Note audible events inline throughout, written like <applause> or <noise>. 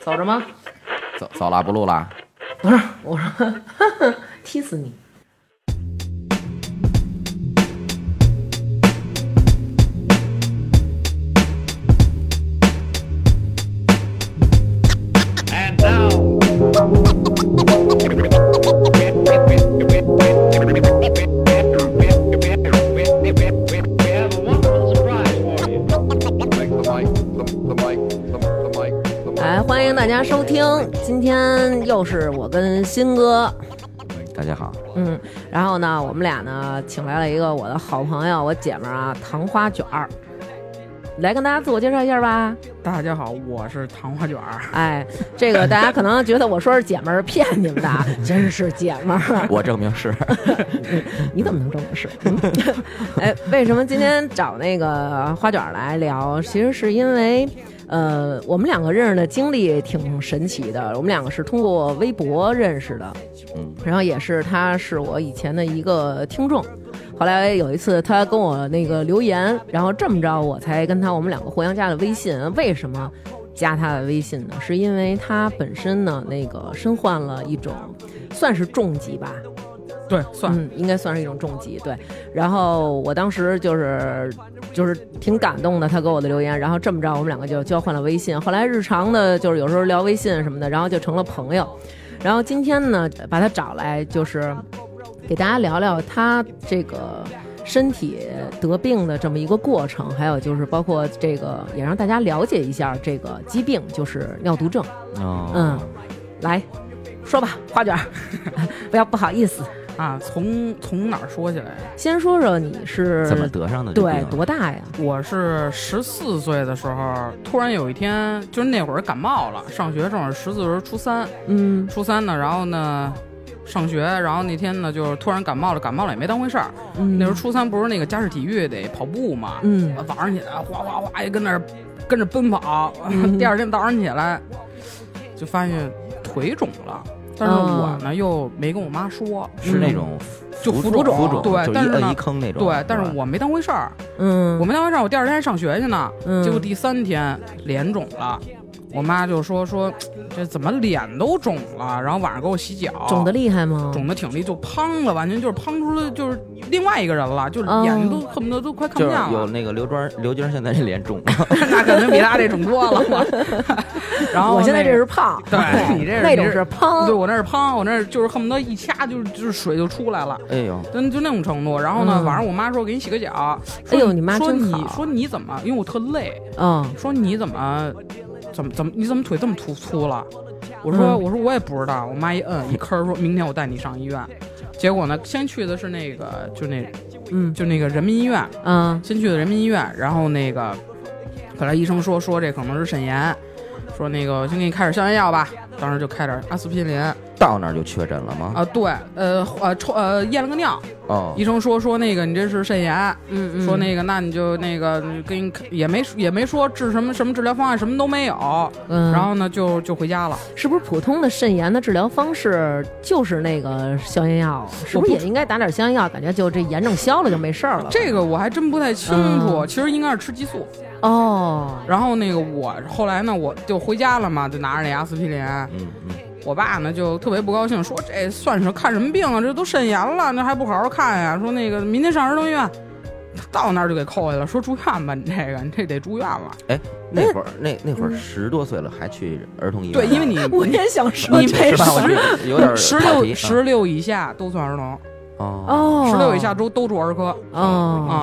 走着吗？走走了，不录了。啊我说我说 <laughs> 呵呵踢死你！ And now. We have a wonderful surprise for you. the mic, the, the mic, the, the mic, the mic. 来，哎欢迎大家收听，今天又是我跟新哥，大家好，嗯，然后呢，我们俩呢请来了一个我的好朋友，我姐们儿啊，糖花卷儿，来跟大家自我介绍一下吧。大家好，我是糖花 <laughs> 卷儿。哎，这个大家可能觉得我说是姐们儿骗你们的啊，真是姐们儿，我证明 <laughs> 是你怎么能这么说？嗯哎，为什么今天找那个花卷儿来聊？其实是因为，呃，我们两个认识的经历挺神奇的。我们两个是通过微博认识的，嗯，然后也是他是我以前的一个听众。后来有一次他跟我那个留言，然后这么着我才跟他我们两个互相加了微信。为什么？加他的微信呢，是因为他本身呢，那个身患了一种算是重疾吧，对，算、嗯，应该算是一种重疾，对。然后我当时就是就是挺感动的，他给我的留言，然后这么着我们两个就交换了微信，后来日常的就是有时候聊微信什么的，然后就成了朋友。然后今天呢，把他找来就是给大家聊聊他这个。身体得病的这么一个过程，还有就是包括这个，也让大家了解一下这个疾病，就是尿毒症。哦嗯，，来说吧，花卷儿， <laughs> 不要不好意思，啊，从从哪儿说起来？先说说你是怎么得上的这对病？啊多大呀？我是十四岁的时候，突然有一天，就是那会儿感冒了，上学正好十四时候初三，嗯初三呢，然后呢。上学，然后那天呢，就是突然感冒了，感冒了也没当回事儿。嗯，那时候初三不是那个家事体育得跑步嘛，嗯早上起来哗哗哗也跟那儿跟着奔跑，嗯 <laughs> 第二天早上起来就发现腿肿了，但是哦我呢、又没跟我妈说，是那种嗯就浮浮肿，肿浮肿，对就但一是呢摁一坑那种。对，但吧是我没当回事儿，嗯，我没当回事儿，我第二天还上学去呢，嗯结果第三天脸肿了，我妈就说说这怎么脸都肿了，然后晚上给我洗脚，肿的厉害吗？肿的挺厉，就胖了，完全就是胖出了就是另外一个人了，就是哦眼都恨不得都快看就不是见啊有了，那个刘娟，刘娟现在这脸肿了，啊那可能比他这肿多了。 <laughs> 然后我现在哦那这是胖，对你这是那种你这是胖，对我那是胖，我那是就是恨不得一掐就是就是水就出来了。哎呦，真就那种程度，然后呢，嗯晚上我妈说给你洗个脚，哎说呦你妈说真你好说你怎么，因为我特累，嗯说你怎么怎么怎么你怎么腿这么突粗了？我说、嗯我说我也不知道，我妈一摁一吭儿说明天我带你上医院。结果呢，先去的是那个就那嗯就那个人民医院，嗯先去的人民医院，然后那个后来医生说说这可能是肾炎，说那个先给你开点消炎药吧，当时就开点阿司匹林啊、到那儿就确诊了吗？对，呃呃抽呃验了个尿，哦，医生说说那个你这是肾炎，嗯嗯，说那个，那你就那个你跟你也没也没说治什么什么治疗方案，什么都没有。嗯，然后呢，就就回家了。是不是普通的肾炎的治疗方式就是那个消炎药？是不是不也应该打点消炎药？感觉就这炎症消了就没事儿了。这个我还真不太清楚，嗯其实应该是吃激素。 <laughs> 哦，然后那个我后来呢，我就回家了嘛，就拿着那阿司匹林。嗯嗯，我爸呢就特别不高兴，说这算是看什么病啊？这都肾炎了，那还不好好看呀？说那个明天上儿童医院。他到那儿就给扣下了，说住院吧，你这个你这得住院了。那会儿那那会儿十多岁了，还去儿童医院？哎嗯对，因为你我也想说你这事是吧？我儿。这有点儿十跑六题啊十六以下都算儿童，哦啊哦，十六以下都都住儿科哦，啊、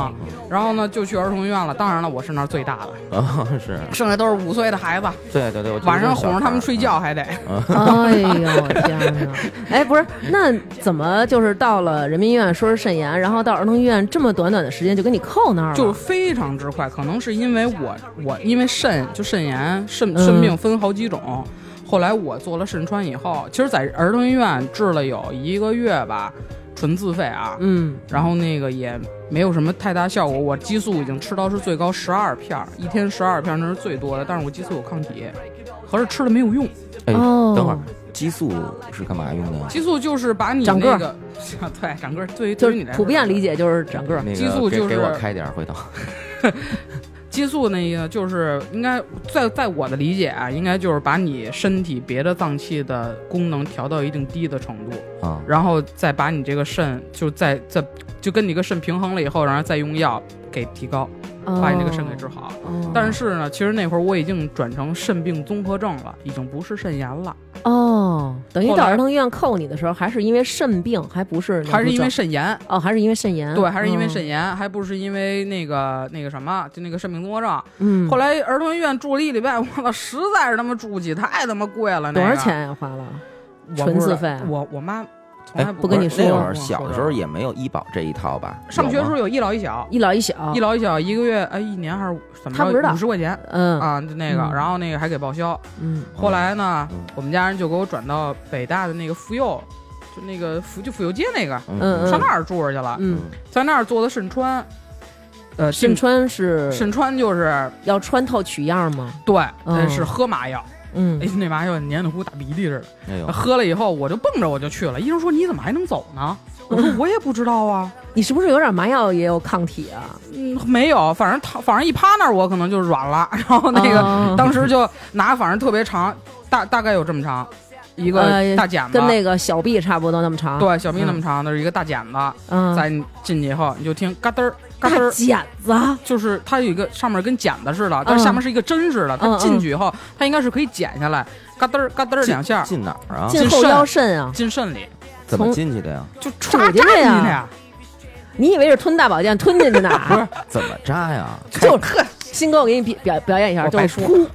然后呢就去儿童医院了。当然了，我是那儿最大的，哦，是剩下都是五岁的孩子，对对对，我记得晚上这小哄着他们孩儿啊睡觉还得。哎呦天哪！哎，不是，那怎么就是到了人民医院说是肾炎，然后到儿童医院这么短短的时间就给你扣那儿了？就是非常之快，可能是因为我我因为肾就肾炎肾嗯肾病分好几种，后来我做了肾穿以后，其实在儿童医院治了有一个月吧，纯自费啊，嗯然后那个也没有什么太大效果，我激素已经吃到是最高十二片儿，一天十二片儿那是最多的，但是我激素有抗体，合着吃了没有用，哎，哦等会儿，激素是干嘛用的呀？激素就是把你长个那儿个 <laughs> 对长个儿对于就对于是你来说普遍理解就是长个儿那个激素给就是给我开点儿，回头激素那个就是应该在在我的理解啊，应该就是把你身体别的脏器的功能调到一定低的程度，啊，然后再把你这个肾就再再就跟你个肾平衡了以后，然后再用药给提高，把你这个肾给治好。哦。但是呢，其实那会儿我已经转成肾病综合症了，已经不是肾炎了，哦，等于后到来儿童医院扣你的时候，还是因为肾病，还不是还是因为肾肾炎。哦，还是因为肾炎，对，还是因为嗯肾。炎，还不是因为那个那个什么，就那个肾病综合症。嗯，后来儿童医院住了一礼拜，我 <laughs> 操，实在是他妈住不起，太他妈贵了。那多少个钱呀？花了？我纯不知自道费啊我我妈从哎，来不跟你是说那会儿过小的时候也没有医保这一套吧？上学有吗的时候有一老一小，一老一小一。老一小一个月哎一年还是怎么他不知道五十块钱嗯啊就那个，嗯然后那个还给报销。嗯后来呢嗯，我们家人就给我转到北大的那个妇幼，就那个妇就妇幼街那个，嗯嗯上那儿住着去了，嗯，在那儿做的肾穿，呃，肾穿是肾穿就是要穿透取样吗？对，嗯呃是喝麻药，嗯哎，那麻药黏糊大鼻涕似的。哎呦，喝了以后，我就蹦着我就去了。医生说你怎么还能走呢？我说我也不知道啊，你是不是有点麻药也有抗体啊？嗯，没有，反正躺，反正一趴那儿我可能就软了，然后那个、哦当时就拿，反正特别长，大大概有这么长，一个呃大剪子，跟那个小臂差不多那么长。，对小臂那么长的一个大剪子，嗯，在你进去以后你就听嘎噔儿嘎噔大儿。剪子，啊就是它有一个上面跟剪子似的，但是下面是一个针似的。它嗯进去以后，它应该是可以剪下来，嘎噔儿嘎噔儿两下进哪儿啊？进后腰肾啊！进肾里，怎么从进去的呀？就插扎进进去去呀呀。你以为是吞大宝剑吞进去呢？怎么扎呀？ <laughs> 就新哥，我给你表表表演一下，我就白是噗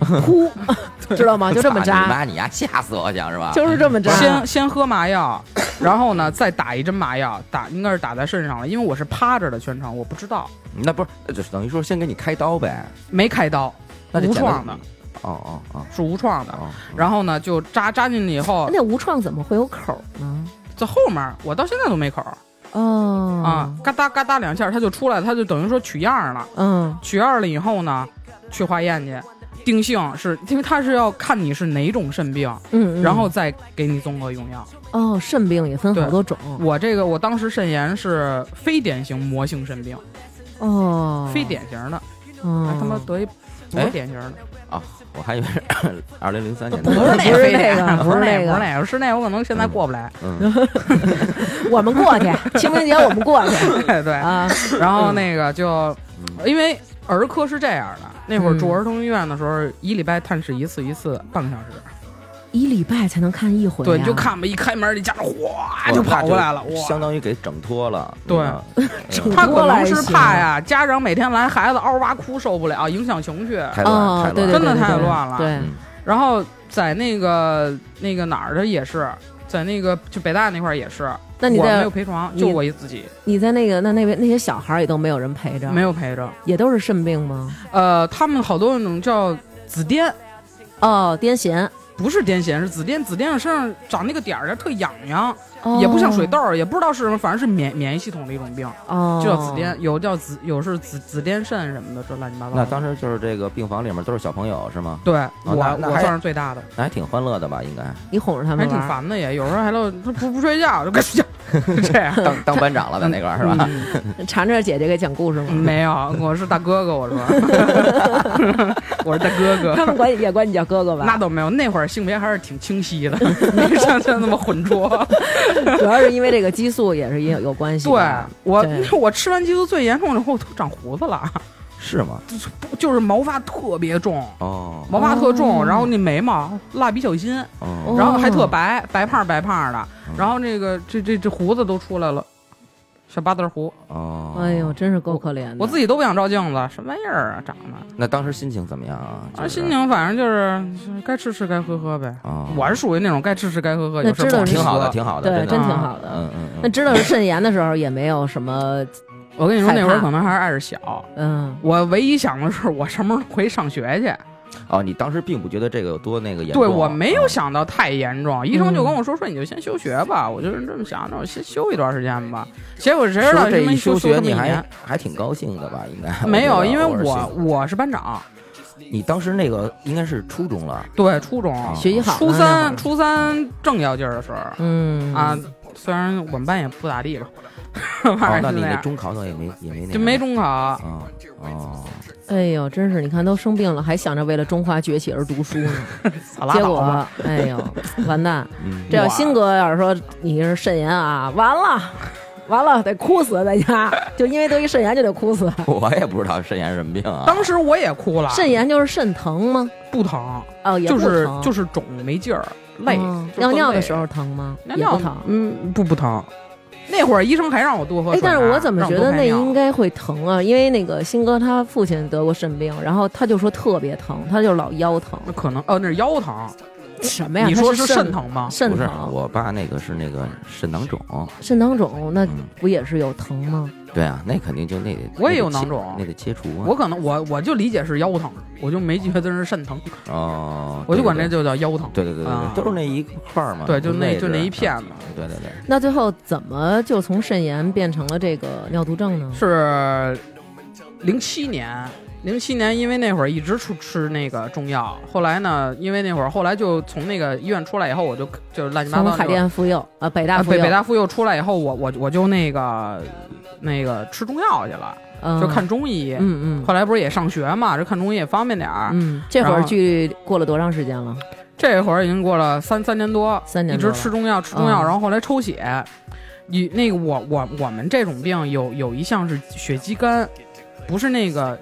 <laughs> 噗，知道吗？就这么操你扎，妈你呀，吓死我想是吧？就是这么扎。先先喝麻药， <coughs> 然后呢再打一针麻药，打应该是打在肾上了，因为我是趴着的全程，我不知道那不是呃就是等于说先给你开刀呗？没开刀，那就无简单创的，哦哦哦是无创的。哦，然后呢就扎扎进去以后，那无创怎么会有口呢？在后面我到现在都没口儿哦啊，嘎哒嘎哒两下它就出来了，它就等于说取样儿了，嗯取样儿了以后呢去化验去。定性是因为它是要看你是哪种肾病，嗯，嗯然后再给你综合用药。哦，肾病也分好多种我这个我当时肾炎是非典型魔性肾病，哦，非典型的，还嗯，他妈得一不是典型的。我还以为是 <laughs> 二零零三年不是那不个是非那得不不是是那那个不是那个，是那个，我可能现在过不 <laughs> 来。嗯，我们过去， <laughs> 清明节我们过去对对，啊，然后那个就嗯因为儿科是这样的，那会儿住儿童医院的时候，一礼拜探视一次，一次半个小时。一礼拜才能看一回啊，对，你就看吧，一开门，你家长哗我就怕跑过来了，就哇！相当于给整脱了。对 <laughs> 嗯，整他脱可了能还是行怕呀，家长每天来孩子嗷哇哭受不了，影响情绪。太乱哦太，对对，乱了，真的对太对对乱了对，嗯然后在那个那个哪儿的也是，在那个就北大那块儿也是，那你我没在有陪床，你就我一自己，你在那个那那边那些小孩儿也都没有人陪着，没有陪着。也都是肾病吗？呃，他们好多那种叫紫癜。哦，癫痫，不是癫痫，是紫癜。紫癜身上长那个点儿，它特痒痒，哦也不像水，痘，也不知道是什么，反正是免免疫系统的一种病，哦，就叫紫癜。有叫紫，有是紫紫癜肾什么的，这乱七八糟的。那当时就是这个病房里面都是小朋友是吗？对、我那那我还算是最大的，那还挺欢乐的吧？应该你哄着他还们挺玩儿，烦的也，有时候还老他不不睡觉就该 <laughs> 睡觉，这样当当班长了在那块 <laughs> 儿是吧？嗯缠着姐姐给讲故事吗？没有，我是大哥哥，<laughs> 我说，我是大哥他哥。们管你也管你叫哥哥吧？那倒没有，那会儿性别还是挺清晰的，没像现在那么浑浊。主要是因为这个激素也是也有有关系对的。我对，我 <laughs> 吃完激素最严重的时候，我都长胡子了。是吗？不就是毛发特别重，哦毛发特重，哦然后那眉毛蜡笔小新，哦，然后还特白，白胖白胖的，嗯然后那个这这这胡子都出来了，小八字胡，哦，哎呦，，真是够可怜的。我自己都不想照镜子，什么玩意儿啊，长得那当时心情怎么样啊？就啊，是心情反正就是就是该吃吃该喝喝呗。哦，我是属于那种该吃吃该喝喝，那有事儿知道不往是挺好的，说挺好的，对真的真啊挺好的。嗯嗯嗯，那知道是肾炎的时候也没有什么，我跟你说，害怕那会儿可能还是爱着小。嗯，我唯一想的是，我什么时候回上学去？哦，你当时并不觉得这个有多那个严重，对我没有啊想到太严重，医生就跟我说说你就先休学吧，我就是这么想，那我先休一段时间吧。结果谁知说道这么一休学学这么一你还年还挺高兴的吧？应该 <laughs> 没有，觉得因为是我喜我是班长，你当时那个应该是初中了，对初中啊学习好初呢那会三儿初三正要劲儿的时候嗯啊，，虽然我们班也不咋地吧，哦反，那正你就那那样，中考倒也没也没那就没中中考。啊哦，哎呦，真是你看都生病了，还想着为了中华崛起而读书呢，结果哎呦 <laughs> 完蛋！嗯这啊要鑫哥要是说你是肾炎啊，完了。完了，得哭死在家，就因为得一肾炎就得哭 <laughs> 死。我也不知道肾炎是什么病啊。当时我也哭了，肾炎就是肾疼吗？不疼，哦，也就不是疼，嗯就是是肿没劲儿，累，就尿特尿的累时候疼吗？尿也尿不疼。嗯，不不疼。那会儿医生还让我多喝哎水，但是我怎么让觉多得排那尿应该会疼啊？因为那个鑫哥他父亲得过肾病，然后他就说特别疼，他就老腰疼。那可能哦，那是腰疼。什么呀？你他说是是肾疼吗肾不是，疼，我爸那个是那个肾囊肿。肾囊肿，那嗯不也是有疼吗？对啊，那肯定就那得我也有那得囊切肿那得切除啊。我可能我我就理解是腰疼，我就没觉得是肾疼，哦，我就管对这就叫腰疼。对对对对啊对，都是那一块儿嘛。对就那位就置那一片嘛。对对对，那最后怎么就从肾炎变成了这个尿毒症呢？是零七年，零七年因为那会儿一直吃吃那个中药，后来呢，因为那会儿后来就从那个医院出来以后，我就就乱七八从糟海那会儿。淀妇幼啊，北大啊妇对，幼，北大妇幼出来以后，我我我就那个那个吃中药去了，嗯就看中医。嗯嗯后来不是也上学嘛，这看中医也方便点儿。嗯，这会然儿后距过了多长时间了？这会儿已经过了三三年多，三年一多直了吃中药，吃中药，嗯然后后来抽血。你那个我我我们这种病有有一项是血肌酐，不是那个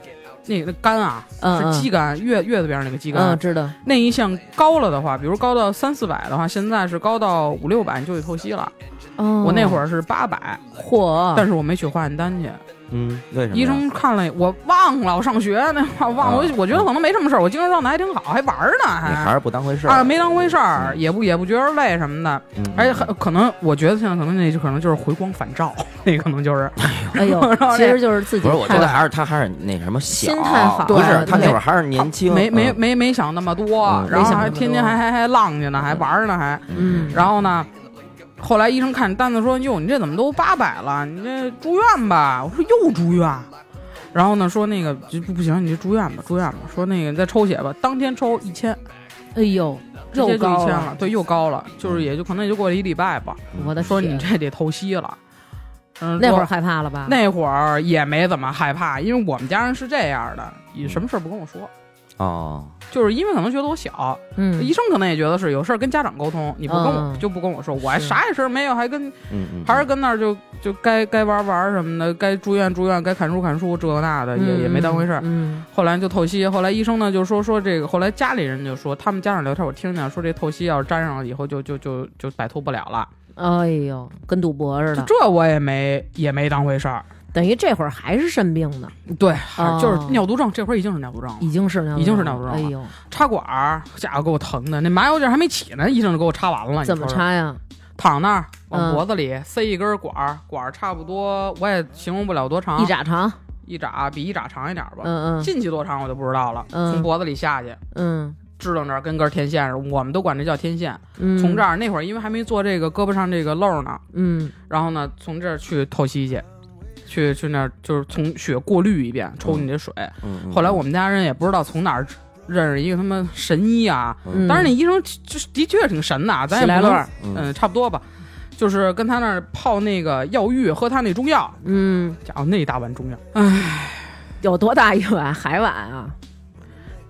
那个那肝啊，嗯嗯是肌酐，月月字边上那个肌酐。嗯，知道。那一项高了的话，比如高到三四百的话，现在是高到五六百你就得透析了。哦，我那会儿是八百，嚯，但是我没取化验单去，嗯，为什么呀？医生看了我忘了，我上学那会儿 <laughs> 忘了，我啊我觉得可能没什么事儿，我精神状态还挺好，还玩儿呢，你还是不当回事儿啊，没当回事儿，哎嗯也不也不觉得累什么的，嗯而且很可能，我觉得现在可能那就可能就是回光返照， <laughs> 那可能就是哎呦然，后其这实就是自己不是，我觉看得还是他还是那什么小，心态好不是对他那会儿还是年轻，没没嗯没没想那么多嗯，然没后想那还么多天天还还还浪去呢，还玩儿呢还，嗯然后呢，后来医生看单子说，哟，你这怎么都八百了？你这住院吧？我说又住院。然后呢，说那个这不不行，你就住院吧，住院吧。说那个你再抽血吧，当天抽一千，哎呦，直又接就一高嗯千，了，对，又高了，就是也就可能也就过了一礼拜吧。我的说你天这得透析了，嗯，那说会儿害怕了吧？那会儿也没怎么害怕，因为我们家人是这样的，嗯有什么事儿不跟我说，哦，就是因为可能觉得我小，嗯医生可能也觉得是有事儿跟家长沟通，你不跟我、嗯就不跟我说，我还是啥也事儿没有，还跟嗯嗯，还是跟那儿就就该该玩玩什么的，该住院住院，该砍树砍树，这个那的也也没当回事儿。嗯，后来就透析，后来医生呢就说说这个，后来家里人就说，他们家长聊天我听见说这透析要是沾上了以后就就就就摆脱不了了，嗯哎呦，跟赌博似就的，这我也没也没当回事儿，等于这会儿还是肾病呢，对，还哦就是尿毒症，这会儿已经是尿毒症了。已经是那已经是那种了哎呦，插管儿，家伙给我疼的，那麻药劲儿还没起呢，医生就给我插完了。你怎么说说？插呀？躺那儿，往嗯脖子里塞一根管儿，管儿差不多，我也形容不了多长，一拃长，一拃比一拃长一点儿吧，嗯嗯进去多长我就不知道了。嗯从脖子里下去，嗯支棱着跟根儿天线似的，我们都管这叫天线。嗯，从这儿那会儿，因为还没做这个胳膊上这个漏呢，嗯然后呢，从这儿去透析去。去去那儿就是从血过滤一遍，抽你这水。嗯嗯后来我们家人也不知道从哪儿认识一个他妈神医啊，嗯，当然，那医生就是的确挺神的啊，咱也喜来不能乐，嗯嗯，差不多吧。就是跟他那儿泡那个药浴，喝他那中药，嗯，家伙那一大碗中药，有多大一碗海碗啊？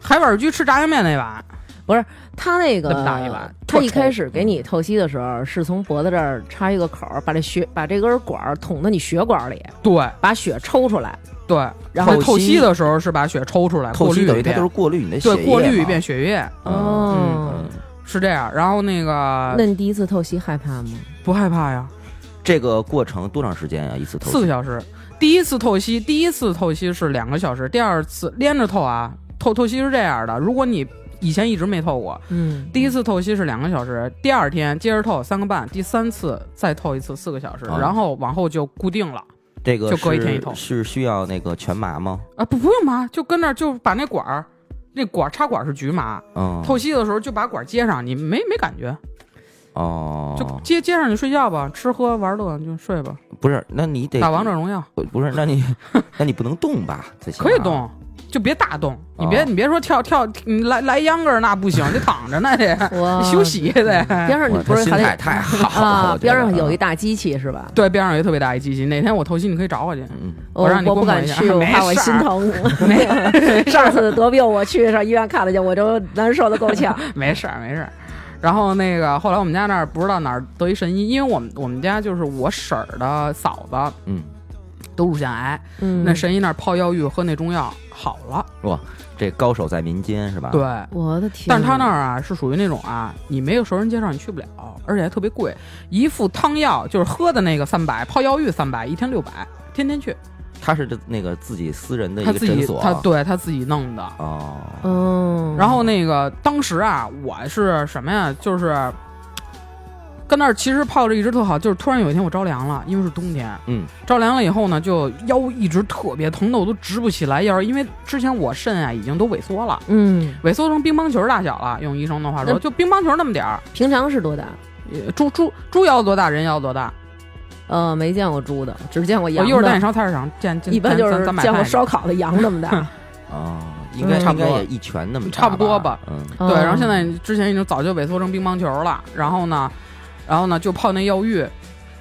海碗居吃炸酱面那碗，他那个那么大一碗他一特臭开始给你透析的时候，是从脖子这儿插一个口儿，把这血把这根管儿捅到你血管里，对把血抽出来。对。然后在透析析的时候是把血抽出来，透过析滤等一于他就是遍，过滤你的血液对，过滤一嘛遍，血液哦嗯，，是这样。然后那个那你第一次透析害怕吗？不害怕呀，这个过程多长时间呀？一次透析四个小时。第一次透析，第一次透析是两个小时，第二次连着透啊，透透析是这样的，如果你以前一直没透过，嗯，第一次透析是两个小时，第二天接着透三个半，第三次再透一次四个小时，啊然后往后就固定了这个就隔一天是一透是需要那个全麻吗？啊，不不用麻，就跟那儿就把那管儿，那管儿插管儿是局麻，嗯，透析的时候就把管儿接上，你没没感觉，哦，就接接上你睡觉吧，吃喝玩乐你就睡吧，不是，那你得打王者荣耀 <laughs> 不是，那你那你不能动吧？在现啊可以场动，就别大动，你别、哦你别说跳跳，你来来秧歌儿那不行，得躺着呢得，哇得休息得。边上你哇不是他心还得态太好了啊我觉？得边上有啊一大机器是吧？对，边上有一特别大一机器，哪天我头七你可以找我去。嗯，我让你我不公布敢一下去，我没怕我事儿心疼。没 <laughs> 上次得病我去上医院看了去，我都难受的够呛。 <laughs> 没事儿，没事儿。然后那个后来我们家那儿不知道哪儿得一神医，因为我们我们家就是我婶儿的嫂子嗯，得乳腺癌，嗯那神医那儿泡药浴喝那中药好了，哇，这高手在民间是吧？对。我的天！但是他那儿啊是属于那种啊，你没有熟人介绍你去不了，而且还特别贵，一副汤药就是喝的那个三百，泡药浴三百，一天六百，天天去，他是这那个自己私人的一他个自诊己所，他对他自己弄的，哦，嗯，然后那个当时啊，我是什么呀？就是跟那儿其实泡着一直特好，就是突然有一天我着凉了，因为是冬天，嗯，着凉了以后呢，就腰一直特别疼的，我都直不起来腰，因为之前我肾啊已经都萎缩了，嗯，萎缩成乒乓球大小了，用医生的话说，那就乒乓球那么点儿，平常是多大？呃猪猪猪腰多大，人腰多大，呃，没见过猪的，只见过我羊哦一会儿带你的。上菜市场见，<laughs> 见一般就咱是咱咱见过买菜去烧烤的羊那么大。哦，应该嗯差应不该多也一拳那么大差不多吧，嗯， <laughs> 对，嗯然后现在之前已经早就萎缩成乒乓球了，然后呢，然后呢就泡那药浴，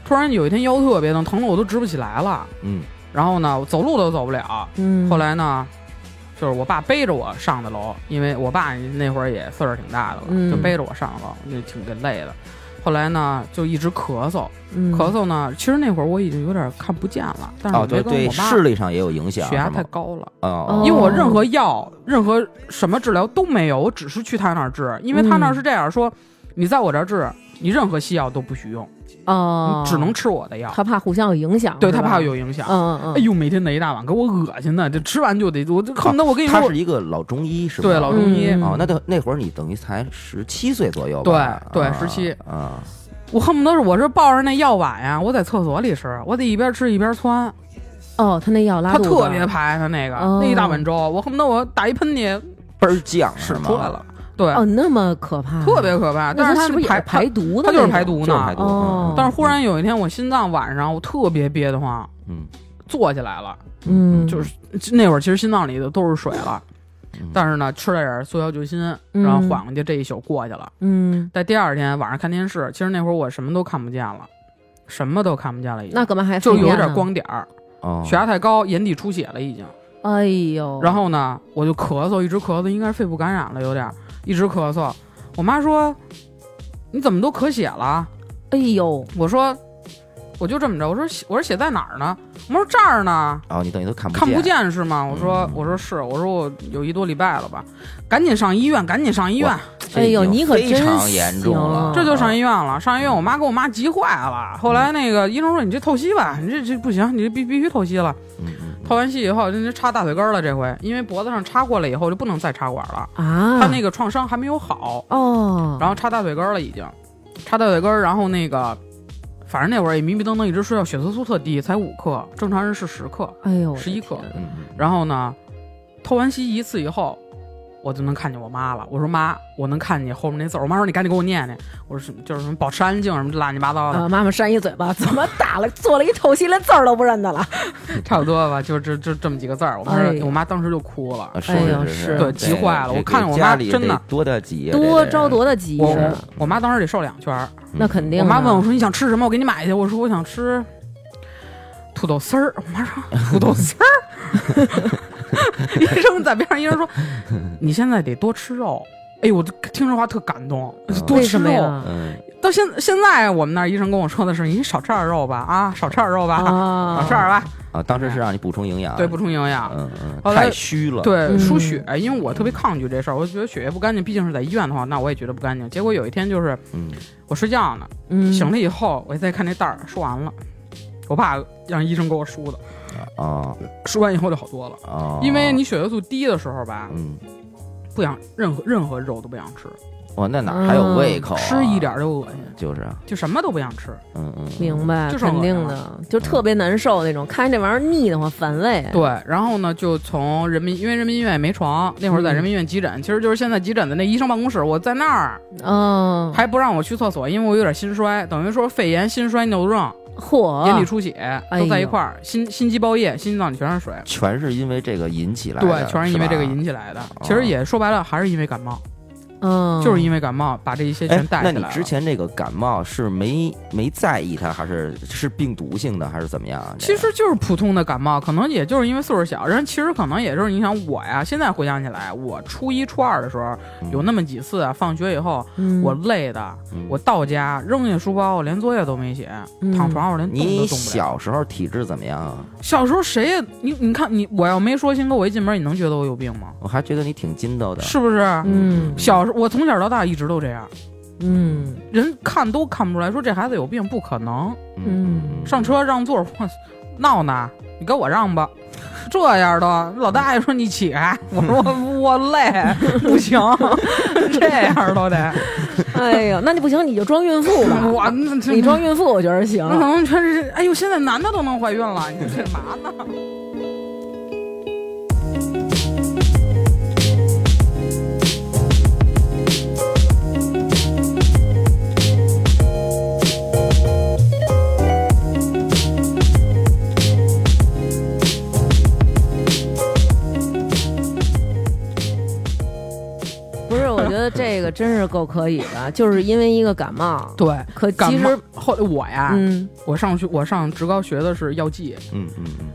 突然有一天腰特别疼，疼的我都直不起来了，嗯，然后呢我走路都走不了，嗯，后来呢，就是我爸背着我上的楼，因为我爸那会儿也岁数挺大的了，嗯就背着我上楼，那挺给累的。后来呢，就一直咳嗽，嗯咳嗽呢，其实那会儿我已经有点看不见了，但是我哦，没对跟我对，爸视力上也有影响，血压是吗太高了。哦，因为我哦任何药、任何什么治疗都没有，我只是去他那儿治，因为他嗯那儿是这样说，你在我这儿治，你任何西药都不许用，哦你，只能吃我的药。他怕互相有影响，对是他吧怕有影响。嗯嗯哎呦，每天那一大碗给我恶心的，这吃完就得，我这恨不得我跟你他说，是一个老中医是吧？对老中医，嗯哦，那等那会儿你等于才十七岁左右吧？对对啊17啊，我恨不得是我是抱着那药碗呀，我在厕所里吃，我得一边吃一边窜，哦，他那药拉他肚子特别排他那个、哦那一大碗粥，我恨不得我打一喷嚏倍儿犟屎是吗？出来了，对，哦，那么可怕，特别可那怕。但是他他是不是也排是排毒的他那种？就是排毒呢，就是排毒。哦嗯但是忽然有一天，我心脏晚上我特别憋得慌，嗯，坐起来了。嗯，就是那会儿其实心脏里的都是水了，嗯但是呢，吃了点速效救心，嗯然后缓过去，这一宿过去了。嗯，在第二天晚上看电视，其实那会儿我什么都看不见了，什么都看不见了，已经那干嘛还就分有辨点呢？光点儿，哦，血压太高，眼底出血了已经。哎呦，然后呢，我就咳嗽，一直咳嗽，应该是肺部感染了，有点儿一直咳嗽。我妈说：“你怎么都咳血了？”哎呦，我说，我就这么着，我说写我说写在哪儿呢？我说这儿呢，哦，你等于都看不看不见，见是吗？我说嗯我说是，我说我有一多礼拜了吧，赶紧上医院，赶紧上医院，这哎呦已经你可非真常严重行了，这就上医医院了。上医院，我妈给我妈急坏了。后来那个医生说你这透析吧，你这这不行，你这必必须透析了。嗯透完析以后，人家插大腿根儿了，这回因为脖子上插过了以后就不能再插管了，啊，他那个创伤还没有好，哦，然后插大腿根儿了已经，插大腿根儿，然后那个。反正那会儿也迷迷瞪瞪，一直睡觉，血色素特低，才五克，正常人是十克。哎呦，我的十一克天嗯嗯然后呢，透完析一次以后，我就能看见我妈了。我说妈，我能看见后面那字儿。我妈说你赶紧给我念念。我说什么就是什么保持安静什么乱七八糟的，啊，妈妈扇一嘴巴，怎么打了？做了一透析，连字儿都不认得了。差不多吧，就这这这么几个字儿。我妈、哎呀我妈当时就哭了。啊是哎呦是是是，对急坏这了我看着我这家妈里真的得多大急呀，多这得着多的急啊我是我，我妈当时得瘦两圈儿。那肯定嗯我的。妈问我说你想吃什么，我给你买去。我说我想吃土豆丝儿。我妈说土豆丝儿。 <laughs> 医生在边上，医生说你现在得多吃肉。哎呦，我听这话特感动，多为吃什么肉。呀？嗯，到现现在，我们那儿医生跟我说的是，你少吃点肉吧，啊，少吃点肉吧，啊少吃点吧，啊，当时是让你补充营养，对，补充营养，嗯嗯，后来太虚啊了，对，嗯输血，因为我特别抗拒这事儿，我觉得血液不干净，毕竟是在医院的话，那我也觉得不干净。结果有一天就是嗯，我睡觉呢，嗯，醒了以后，我再看那袋儿，输完了，我爸让医生给我输的，哦输完以后就好多了。哦，因为你血色素低的时候吧，嗯，不想任何任何肉都不想吃，哇，那哪嗯还有胃口啊？吃一点儿就恶心，就是啊，就什么都不想吃。嗯嗯，明白，就是肯定恶心的，就特别难受那种，看见这玩意儿腻得慌，反胃。对，然后呢，就从人民，因为人民医院也没床，那嗯会儿在人民医院急诊，其实就是现在急诊的那医生办公室，我在那儿嗯，啊还不让我去厕所，因为我有点心衰，等于说肺炎、心衰、尿毒症，眼底嚯，出血哎都在一呦块儿，心心肌包液，心脏里全是水，全是因为这个引起来的，对，全是因为这个吧哦引起来的。其实也说白了，还是因为感冒，嗯，就是因为感冒把这一些哎全，带起那来你了。之前这个感冒是没没在意它，还是是病毒性的，还是怎么样啊？这其个实就是普通的感冒，可能也就是因为岁数小，人其实可能也就是你想我呀，现在回想起来，我初一初二的时候有那么几次啊，放学以后嗯我累的，嗯我到家扔下书包，我连作业都没写，嗯躺床上我连动你都动不了。小时候体质怎么样啊？小时候谁也你你看你我要没说鑫哥，我一进门你能觉得我有病吗？我还觉得你挺筋道的，是不是？嗯小时候我从小到大一直都这样，嗯 <laughs> 人看都看不出来，说这孩子有病不可能。嗯上车让座，我闹呢，你给我 <laughs> 让吧。这样都，老大爷说你起来，我说我累，<laughs> 不行，这样都得，哎呦，那你不行，你就装孕妇吧。我那这你装孕妇，我觉得 <laughs> 行那。可能全是，哎呦，现在男的都能怀孕了，你这嘛呢？不是，我觉得这个真是够可以的，就是因为一个感冒。对，可感其冒啊实，后来我呀，嗯我上学我上职高学的是药剂，嗯嗯嗯，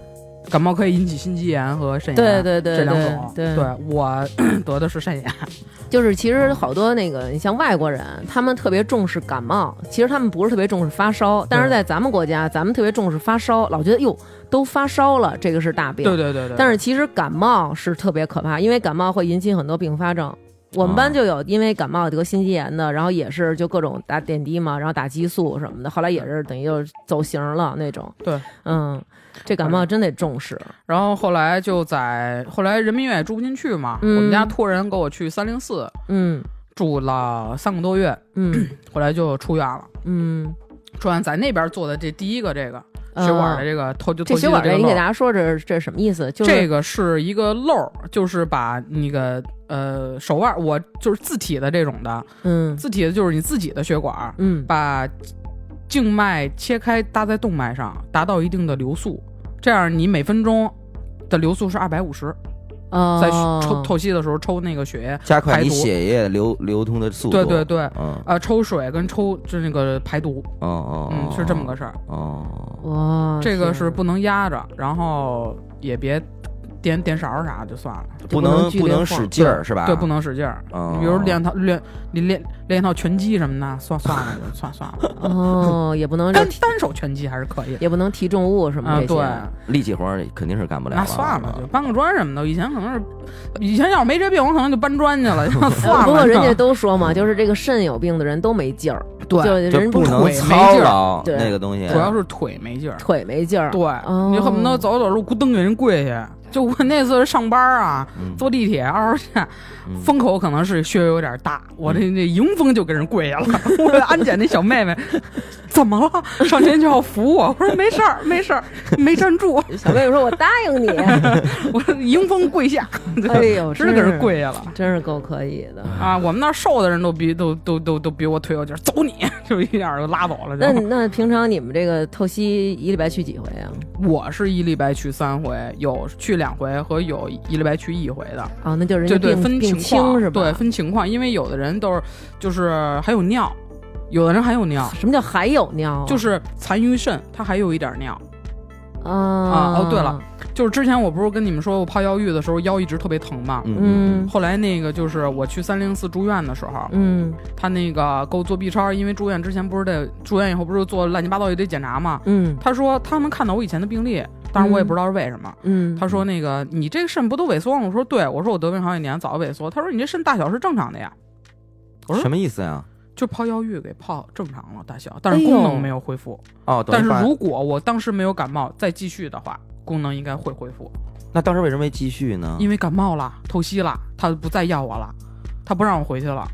感冒可以引起心肌炎和肾炎，对对对这两种，对对我 <clears throat> 得的是肾炎，就是其实好多那个，你像外国人，他们特别重视感冒，其实他们不是特别重视发烧，但是在咱们国家，咱们特别重视发烧，老觉得哟都发烧了，这个是大病。对对对对，但是其实感冒是特别可怕，因为感冒会引起很多并发症。我们哦班就有因为感冒得心肌炎的，然后也是就各种打点滴嘛，然后打激素什么的，后来也是等于就是走形了那种。对，嗯，这感冒真得重视。然后后来就在后来人民医院也住不进去嘛，嗯我们家托人给我去三零四嗯住了三个多月， <clears throat> 嗯后来就出院了。嗯，出院在那边做的这第一个这个血管的呃这个透就这透血析的管这这，个你给漏大家说这这是什么意思？就是这个是一个漏儿，就是把那个呃手腕，我就是自体的这种的，嗯自体的就是你自己的血管，嗯把静脉切开搭在动脉上，达到一定的流速，这样你每分钟的流速是二百五十，哦，在抽透析的时候抽那个血液加快你排毒血液流流通的速度。对对对，嗯，呃，抽水跟抽就那个排毒，哦哦，嗯，是这么个事儿。哦，哇，这个天是不能压着，然后也别点点勺啥就算了，就不能能剧不烈能晃使劲儿是吧？对，不。能使劲儿。哦比如练套练你练练一套拳击什么的，算算了就算算 <laughs> 了。哦，也 <laughs> 不能单单手拳击还是可以也不能提重物什啊么，这对些。，力气活儿肯定是干不了。啊那算了，就搬个砖什么的。以前可能是，以前要是没这病，我可能就搬砖 <laughs> 去了，就呃算不过了。人家都说嘛，就是这个肾有病的人都没劲儿，对就这人不能腿没操劲儿劳对那个东西。主要是腿没劲儿，腿没劲儿。对，哦你恨不得走走路咕噔给人跪下。就我那次上班啊，嗯坐地铁二号线，嗯风口可能是稍微有点大，我这这迎风就给人跪下了。 <laughs> 我安检那小妹妹 <laughs> 怎么了？上前就要扶我，我说没事儿，没事儿，没站住，小妹妹说：“我答应 <laughs> 你。我说迎风跪下，”哎呦， <laughs> 真是给真人是跪下了。真是够可以的。 <laughs> 啊，我们那儿瘦的人都比都都都都比我腿有劲儿，走你 <laughs> 就一下就拉走了。那就那平常你们这个透析一礼拜去几回啊？我是一礼拜去三回，有去两回和有一礼拜去一回的，啊，那就是人对家对，病分病情轻况是吧？对，分情况，因为有的人都是就是还有尿，有的人还 <laughs> 有尿，什么叫还有尿啊？就是残余肾，他还有一点尿。啊哦对了，就是之前我不是跟你们说我泡药浴的时候腰一直特别疼嘛。嗯后来那个就是我去三零四住院的时候，嗯他那个给我做 B 超，因为住院之前不是得住院以后不是做乱七八糟一堆检查嘛，嗯他说他能看到我以前的病历，当然我也不知道是为什么。嗯，他说那个你这个肾不都萎缩吗？我说对，我说我得病好几年，早就萎缩。他说你这肾大小是正常的呀，嗯什么意思呀？就泡药浴给泡正常了大小，但是哎呦功能没有恢复。哦，等于但是把如果我当时没有感冒再继续的话，功能应该会恢复，那当时为什么没继续呢？因为感冒了、透析了，他不再要我了，他不让我回去了。嗯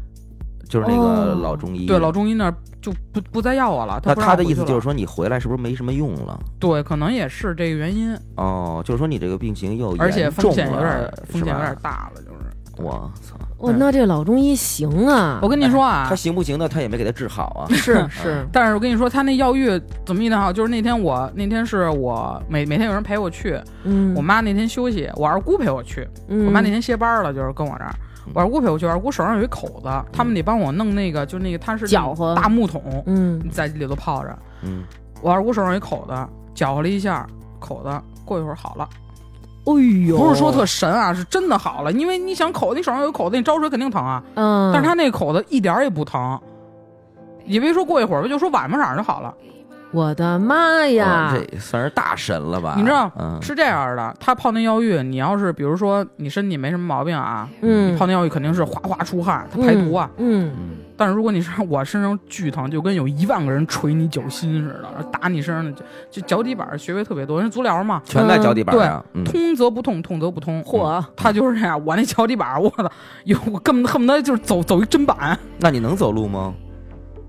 就是那个哦老中医。对，老中医那儿就不不再要我了。那不让我他的回意去思了就是，说，你回来是不是没什么用了？对，可能也是这个原因，哦，就是说你这个病情又而且严风重险有点了风是险有吧啊点大了，就是。我操，哇，那这老中医行啊我！跟你说啊哎他，行不行的，他也没给他治好哎 <laughs> 啊。是是，但是我跟你说，他那药浴怎么一定好？就是那天我那天是我每每天有人陪我去，嗯，我妈那天休息，我二姑陪我去，嗯我妈那天歇班了，就是跟我这儿。我二姑陪我去，我二姑手上有一口子，他们得帮我弄那个，就那个它是嗯那搅和种大木桶，嗯在里头泡着。嗯，我二姑手上有一口子，搅和了一下，口子过一会儿好了，哎呦，不是说特神啊，是真的好了。因为你想口，你手上有口子，你招水肯定疼啊，嗯，但是他那口子一点儿也不疼，也别说过一会儿吧，就说晚巴色儿就好了。我的妈呀哇，哦哦这算是大神了吧？你知道嗯，是这样的，他泡那药浴，你要是比如说你身体没什么毛病啊，嗯，泡那药浴肯定是哗哗出汗，它排毒啊。嗯，嗯，但是如果你是我身上巨疼，就跟有一万个人捶你脚心似的，然后打你身上的，就就脚底板穴位特别多，人足疗嘛，全在脚底板上。嗯，通则不痛，痛则不通。嗯嚯、他就是这样，我那脚底板，我操，有我根本恨不得就是走走一砧板，那你能走路吗？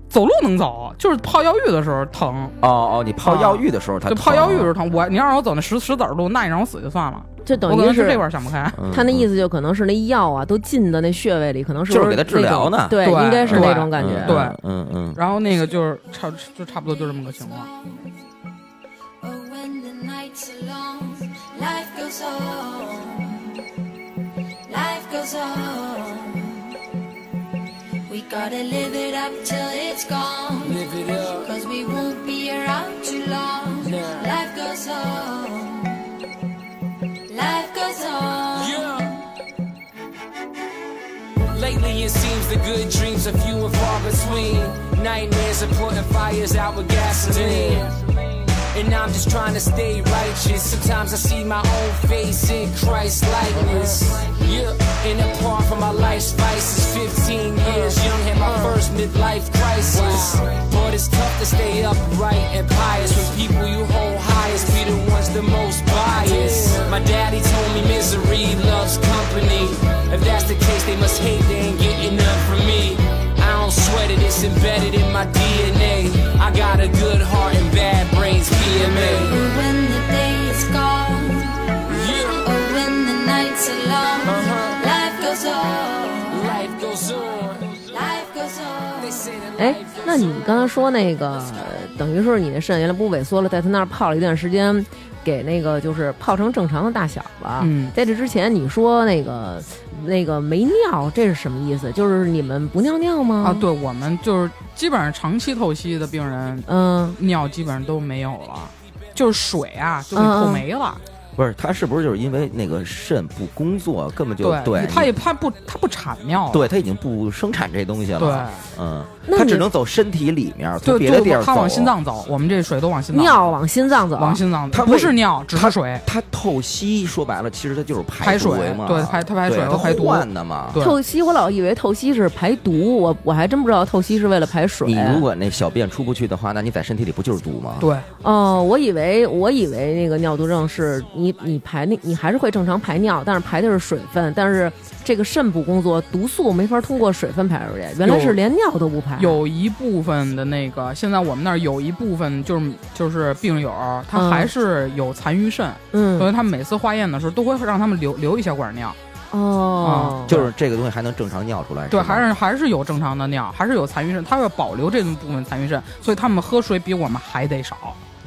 走路能走，就是泡药浴的时候疼，哦哦，你泡药浴的时候他啊就啊泡药浴的时候疼。我你要让我走那石石子儿路，那你让我死就算了，这我等可于能是是这块儿想嗯不开。候他那意思思就可能是那药啊都进到那穴位里，可能是就是不给他治那疗种呢对，对应该是那对种感觉。对嗯嗯，然后那个就是差就差不多就这么个情况。 Or when the night's are long, life goes on. Life goes on. We gotta live it up till it's gone. Live it up. Cause we won't be around too long. Life goes on. Life goes on. Yeah. Lately it seems the good dreams are few and far between. Nightmares are putting fires out with gasoline. And I'm just trying to stay righteous. Sometimes I see my own face in Christ's likeness. Yeah, and apart from my life's vices, 15 years young had my first midlife crisis. But it's tough to stay upright and pious when people you hold highest be the ones the most biased. My daddy told me misery loves company. If that's the case, they must hate they ain't getting none from me. I don't sweat it, it's embedded in my DNA. I got a good heart and bad brains, PMA. Or when the day is gone. Yeah, Or when the nights are long. Uh-huh. Life goes on. life goes on. Life goes on. They say that 哎 life，那你刚才说那个，等于是你的肾原来不萎缩了，在他那儿泡了一段时间，给那个就是泡成正常的大小了。嗯在这之前你说那个那个没尿，这是什么意思？就是你们不尿尿吗？啊，，对，我们就是基本上长期透析的病人，嗯，尿基本上都没有了，就是水啊就给透没了。不是他是不是就是因为那个肾不工作，根本就嗯对他也他不他不产尿了。对他已经不生产这东西了。对，嗯，那他你只能走身体里面，从就别的地就儿他走往心。脏走，我们这水都往心脏，尿往心脏走，往心脏走，它不为是尿，只是水。他透析说白了，其实他就是排毒水嘛，对排它排对水它和排毒换的嘛。对透析，我老以为透析是排毒，我我还真不知道透析是为了排水。你如果那小便出不去的话，那你在身体里不就是毒吗？对，哦，我以为我以为那个尿毒症是你你排那你还是会正常排尿，但是排的是水分，但是这个肾不工作，毒素没法通过水分排出去，原来有是连尿都不排。有一部分的那个，现在我们那儿有一部分就是就是病友，他嗯还是有残余肾，所嗯以他们每次化验的时候都会让他们留留一小管尿。哦，就是这个东西还能正常尿出来。对，吗还是还是有正常的尿，还是有残余肾，他要保留这部分残余肾，所以他们喝水比我们还得少。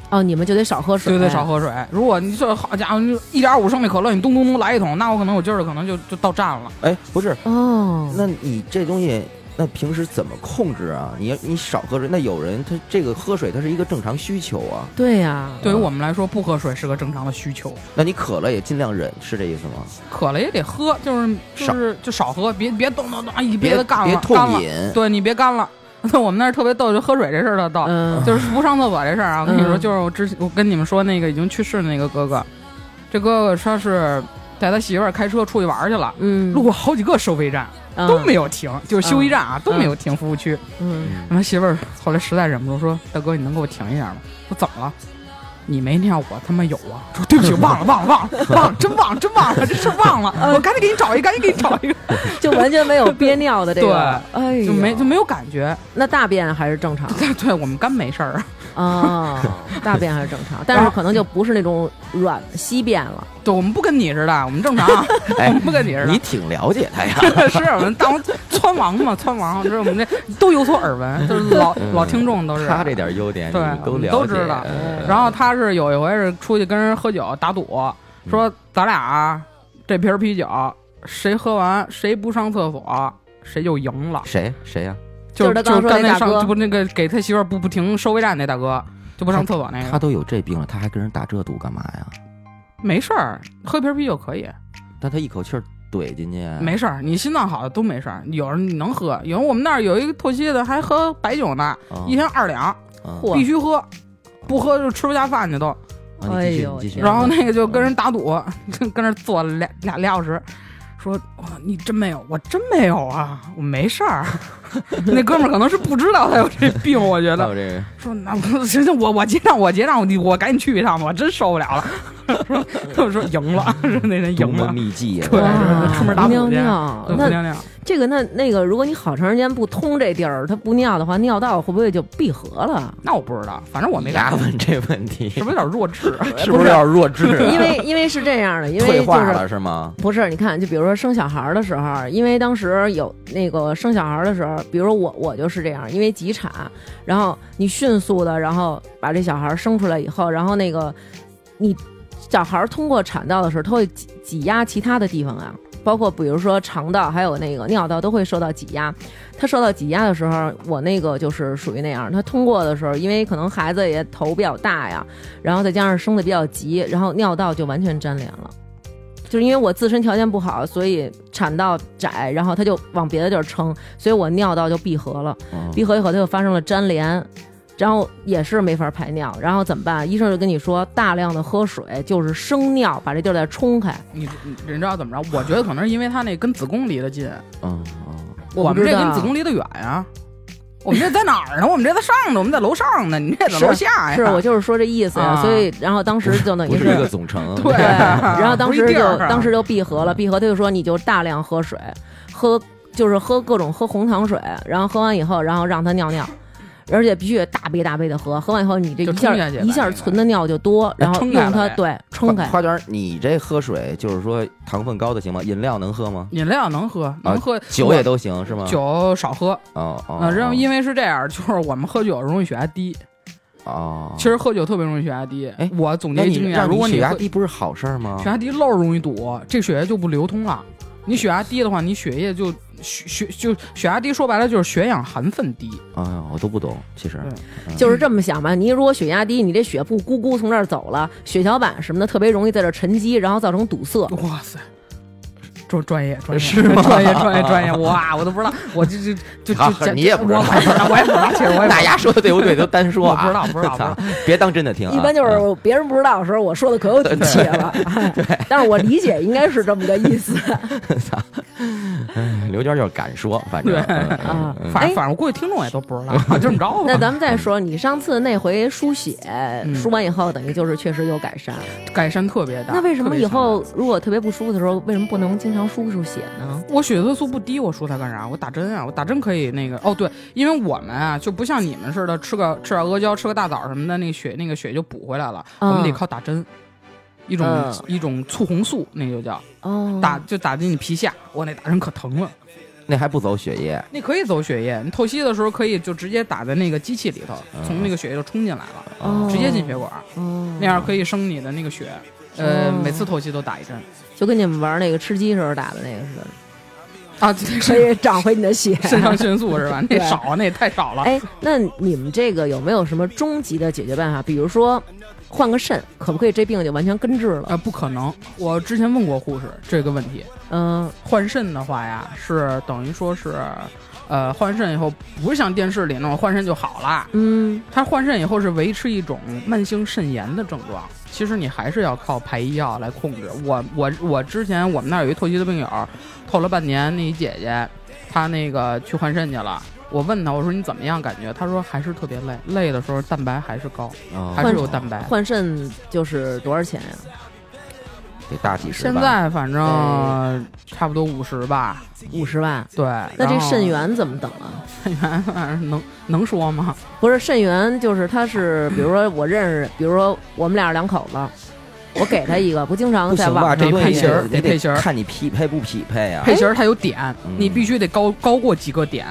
哦，你们就得少喝水，绝哎对少。喝水。如果你这好家伙，你一点五升的可乐，你咚咚咚来一桶，那我可能我今儿可能就就到站了。哎，不是，哦，那你这东西，那平时怎么控制啊？你你少喝水，那有人他这个喝水，它是一个正常需求啊。对呀，对于我们来说，不喝水是个正常的需求，那你渴了也尽量忍，是这意思吗？渴了也得喝，就是就是就少喝，别别咚咚咚一别别的干了，别干痛了，饮。对你别干了。 <laughs> 我们那儿特别逗，就喝水这事儿的逗，嗯啊就是不上厕所这事儿啊。我跟你说，嗯就是我之前我跟你们说那个已经去世的那个哥哥，这哥哥他是带他媳妇儿开车出去玩儿去了，嗯，啊路过好几个收费站都没有，有停，就是休息站啊都没有停服务区。嗯，然后他媳妇儿后来实在忍不住说：“大哥，你能给我停一下吗？”我说：“怎么了？你没尿，我他妈有啊！”我说：“对不起，忘了，忘了，忘了，忘了，真忘了，真忘了，这事儿忘了，嗯我赶紧给你找一个，赶紧给你找一个，就完全没有憋尿的这 <laughs> 个，哎呀，就没就没有感觉。 <laughs> 那大便还是正常哦对，对我们肝没事儿，啊，大便还是正常，但是可能就不是那种软稀便了，对，我们不跟你似的，我们正常，啊哎我们不跟你似的。你挺了解他 <laughs> 呀，是我们当川王嘛，川王，这我们这都有所耳闻，就是老嗯老听众都是。他这点优点你对都了解，都知道嗯然后他是有一回是出去跟人喝酒打赌，嗯说咱俩啊这瓶啤酒谁喝完谁不上厕所谁就赢了。谁谁呀？就是他就刚说刚那才大上哥就不那个给他媳妇儿不不停收费站那大哥就不上厕所那他个，都有这病了，他还跟人打这赌干嘛呀？没事儿，喝瓶啤酒可以，但他一口气儿怼进去，啊嗯没事儿，你心脏好的都没事儿，有人你能喝，有人我们那儿有一个透析的还喝白酒呢，哦啊一天二两。啊嚯必须喝，不喝就吃不下饭去都。啊你继哎续呦你继续。哦天然后那个就跟人打赌， <laughs> 跟跟那儿坐了俩俩俩小时，说哇你真没有，我真没有啊，我没事儿。 <laughs> 那哥们儿可能是不知道他有这病，我觉还得有这个说那我行行，我我结账，我结账，我我赶紧去一趟吧，我真受不了了。 <laughs> 说说赢了， <laughs> 说那人独赢门了，秘籍呀，对哇出门打虎去啊尿尿对，那亮亮。这个那那个，如果你好长时间不通这地儿，它不尿的话，尿道会不会就闭合了？那我不知道，反正我没丫 <laughs> 敢，问这问题，嗯是不是有点弱智？啊是不是有点弱智啊？因为因为是这样的，因为 <laughs> 退就化是了是吗？不是，你看，就比如说生小孩儿的时候，因为当时有那个生小孩儿的时候，比如我我就是这样，因为急产，然后你迅速的，然后把这小孩儿生出来以后，然后那个你小孩儿通过产道的时候，他会挤挤压其他的地方啊，包括比如说肠道还有那个尿道都会受到挤压。他受到挤压的时候，我那个就是属于那样。他通过的时候，因为可能孩子也头比较大呀，然后再加上生的比较急，然后尿道就完全粘连了。就是因为我自身条件不好，所以产道窄，然后它就往别的地儿撑，所以我尿道就闭合了。嗯闭合以后，它就发生了粘连，然后也是没法排尿。然后怎么办？医生就跟你说，大量的喝水就是生尿，把这地儿再冲开。 <laughs> 你你你知道怎么着？我觉得可能是因为他那跟子宫离得近，嗯嗯，我不们知这道跟子宫离得远呀、我们这在哪儿呢？我们这在上头，我们在楼上呢，你这在是楼下呀？是我就是说这意思呀、啊所以，然后当时就等哎不于是一个总成， <laughs> 对啊对， <laughs> 然后当时不是就地儿啊当时就闭合了，闭合他就说你就大量喝水，喝就是喝各种喝红糖水，然后喝完以后，然后让他尿尿，而且必须得大杯大杯的喝，喝完以后你这一就下冲下去吧一下存的尿就多，然后冲开了用它呗对冲开。花花卷，你这喝水就是说糖分高的行吗？饮料能喝吗？饮料能喝，能喝、啊酒也都行是吗？酒少喝。哦哦，啊，然后因为为是这样，就是我们喝酒容易血压低，哦，其实喝酒特别容易血压低。哎我总那结你经验，让如果你血压喝低不是好事儿吗血？压低漏容易堵，这血液就不流通了。你血压低的话，你血液就血血就血压低，说白了就是血氧含分低。哎呀，我都不懂，其实对就是这么想吧，你如果血压低，你这血不咕咕从这儿走了，血小板什么的特别容易在这儿沉积，然后造成堵塞。哇塞，专专业专业是专业专业专业，哇，我都不知道，我就就就啊就你也不知道我我也不知道，我也不知道，其实我也不知大 <laughs> 道。家说的对不对都单说我啊，不知道，不知 <laughs> 道，不知操道。别当真的听啊， <laughs> 一般就嗯是别人不知道的时候，我说的可有底气了。哎但是我理解应该是这么个意思啊嗯刘娟就是敢说，反正对嗯啊。反哎正反正，我估计听众也都不 <laughs> 知道，啊就这么着 <laughs> 那吧。咱们再说，你上次那回输血，嗯输完以后，等于就是确实有改善。改善特别大。那为什特么别以强大后如果特别不舒服的时候，为什么不能经常输输血呢？我血色素不低，我说它干啥？我打针啊，我打针可以那个哦，对，因为我们啊就不像你们似的，吃个吃点阿胶，吃个大枣什么的，那个血那个血就补回来了。我们得嗯靠打针，一种嗯一种促红素，那就叫哦，打就打进你皮下，我那打针可疼了。嗯那还不走血液，那可以走血液，你透析的时候可以就直接打在那个机器里头，从那个血液就冲进来了，嗯哦直接进血管，哦那样可以生你的那个血。呃，哦每次透析都打一针就跟你们玩那个吃鸡时候打的那个似的，啊， <laughs> 对可肾以长回你的 <laughs> 血。肾上腺 <laughs> 素是吧？那对少啊，那也太少了。哎，那你们这个有没有什么终极的解决办法？比如说换个肾，可不可以这病就完全根治了？啊，不可能！我之前问过护士这个问题，嗯，换肾的话呀，是等于说是，呃，换肾以后不是像电视里那种换肾就好了，嗯，他换肾以后是维持一种慢性肾炎的症状，其实你还是要靠排药来控制。我我我之前我们那儿有一透析的病友，透了半年，那一姐姐，她那个去换肾去了。我问她，我说你怎么样感觉？她说还是特别累，累的时候蛋白还是高，哦还是有蛋白。嗯换肾就是多少钱呀、得大几十吧。现在反正差不多五十吧，五十万。对。那这然后肾源怎么等啊？肾源反正能能说吗？不是肾源，就是他是，比如说我认识，比如说我们俩是两口子，我给他一个，不经常不在行网吧？上这配东西型儿得得配型儿看你匹配不匹配啊？哎配型儿它有点，嗯你必须得高高过几个点，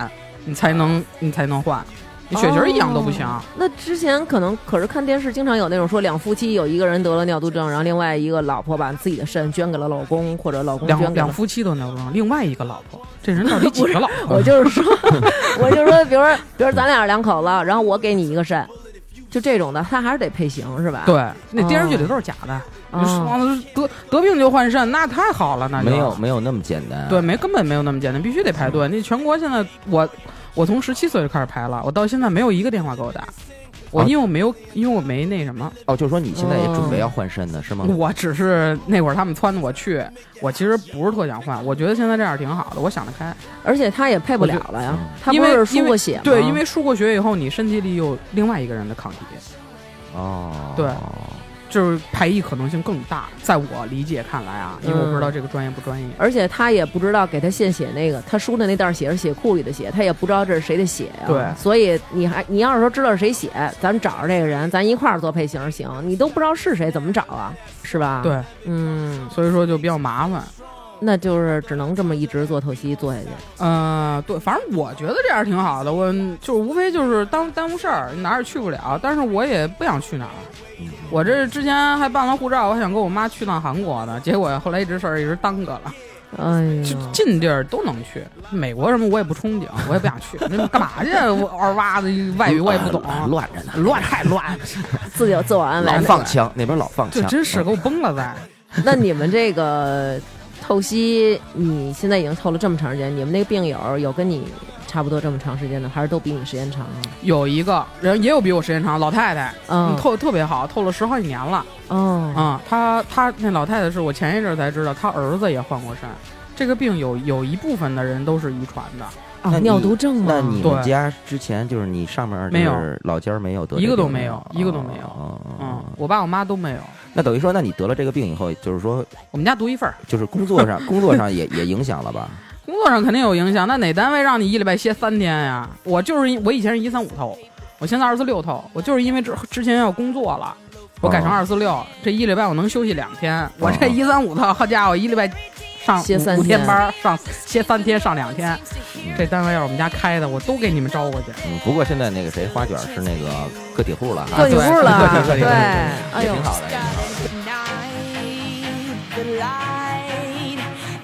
你才能你才能换，你血型儿一样都不行。哦那之前可能可是看电视经常有那种说两夫妻有一个人得了尿毒症，然后另外一个老婆把自己的肾捐给了老公，或者老公捐两给两了。夫妻都尿床，另外一个老婆，这人到底几个老婆？我就是说， <laughs> 我就是说，比如说，比如说咱俩是两口子，然后我给你一个肾，就这种的，他还是得配型是吧？，对，那电视剧里都是假的，哦你说的是得得病就换肾，那太好了，那就没有没有那么简单、啊。对，没根本没有那么简单，必须得排嗯队。那全国现在我我从十七岁就开始排了，我到现在没有一个电话给我打，我啊因为我没有，因为我没那什么，哦，就是说你现在也准备哦要换身呢，是吗？我只是那会儿他们撺掇我去，我其实不是特想换，我觉得现在这样挺好的，我想得开。而且他也配不了了呀，他嗯因不为是输过血吗？对，因为输过血以后，你身体里有另外一个人的抗体，哦，对就是排异可能性更大。在我理解看来啊，因为我不知道这个专业不专业，而且他也不知道给他献血那个，他输的那袋血是血库里的血，他也不知道这是谁的血呀、对所以你还你要是说知道是谁血，咱们找着这个人，咱一块儿做配型行。你都不知道是谁，怎么找啊？是吧？，对，嗯，所以说就比较麻烦。那就是只能这么一直做透析做下去。嗯，对，反正我觉得这样挺好的。我就是无非就是耽耽误事儿，哪儿也去不了。但是我也不想去哪儿。我这之前还办了护照，我还想跟我妈去趟韩国呢，结果后来一直事儿一直耽搁了。哎就呀，近地儿都能去，美国什么我也不憧憬，我也不想去。那干嘛去？我二娃子外语我也不懂，啊呃乱着呢，乱太乱，自由自我安慰老。放枪，那边老放 <laughs> 就枪，嗯真是给我崩了在。那你们这个透析，你现在已经透了这么长时间，你们那个病友有跟你差不多这么长时间的，还是都比你时间长啊？有一个人也有比我时间长，老太太，嗯，透特别好，透了十好几年了。哦，啊、她她那老太太是我前一阵儿才知道，她儿子也患过肾。这个病有有一部分的人都是遗传的，啊那你尿毒症吗？那你们对家之前就是你上面没有就是老家儿没有得一个这都病没有吗一个都没有哦哦嗯哦，我爸我妈都没有，那等于说，那你得了这个病以后，就是说，我们家独一份儿。就是工作上工作上也也影响了吧？工作上肯定有影响。那哪单位让你一礼拜歇三天呀？我就是一我以前是一三五透，我现在二四六透，我就是因为之之前要工作了，我改成哦二四六，这一礼拜我能休息两天。我这哦一三五透，好家伙，一礼拜上歇三五五天天班儿，上歇三天上两天。这单位要是我们家开的，我都给你们招过去。嗯，不过现在那个谁，花卷是那个个体户了哈，过个女体户户了，对对对啊对，对对哎也呦挺，好的。 Ignite the light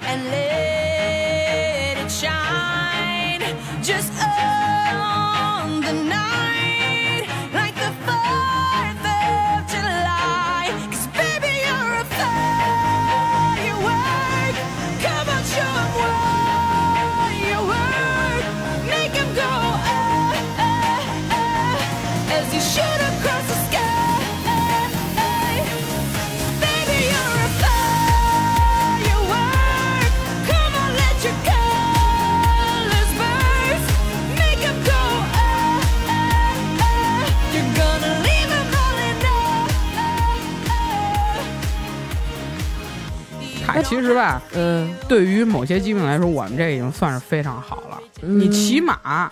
and let it shine just on the night like the 4th of July. 'Cause baby, you're a firework. Come on, show 'em what you work. Make 'em go, uh, uh, uh, as you shoot across the sky. Baby, you're a firework. Come on, let your colors burst. Make 'em go, uh, uh, uh. You're gonna leave uh, 'em all in awe. 嗨，其实吧，嗯，对于某些疾病来说，我们这已经算是非常好了。你起码，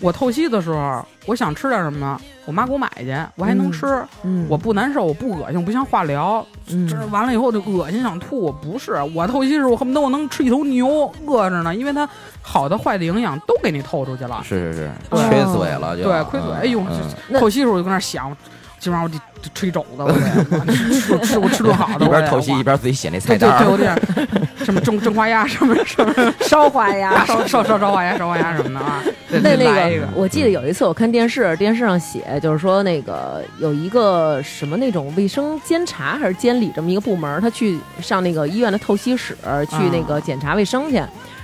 我透析的时候，我想吃点什么，我妈给我买去，我还能吃，嗯我不难受，我不恶心，不像化疗，嗯这完了以后就恶心想吐。我不是，我透析的时候，我恨不得我能吃一头牛，饿着呢，因为它好的坏的营养都给你透出去了。是是是，对缺嘴了就嗯对，亏嘴，哎呦，那这透析的时候我就跟那儿想，今晚我得得吃一肘子，我得我吃吃我吃顿好的，一我边得透析我一边自己写那菜 <laughs> 对对单对，我儿，这样，什么蒸蒸花鸭，什么什么 <laughs> 啊烧花呀。烧烧烧烧花鸭，烧花鸭什么 <laughs> 的啊。对那对来一那个个，嗯我记得有一次我看电视，电视上写就是说那个有一个什么那种卫生监察还是监理这么一个部门，他去上那个医院的透析室去啊那个检查卫生去，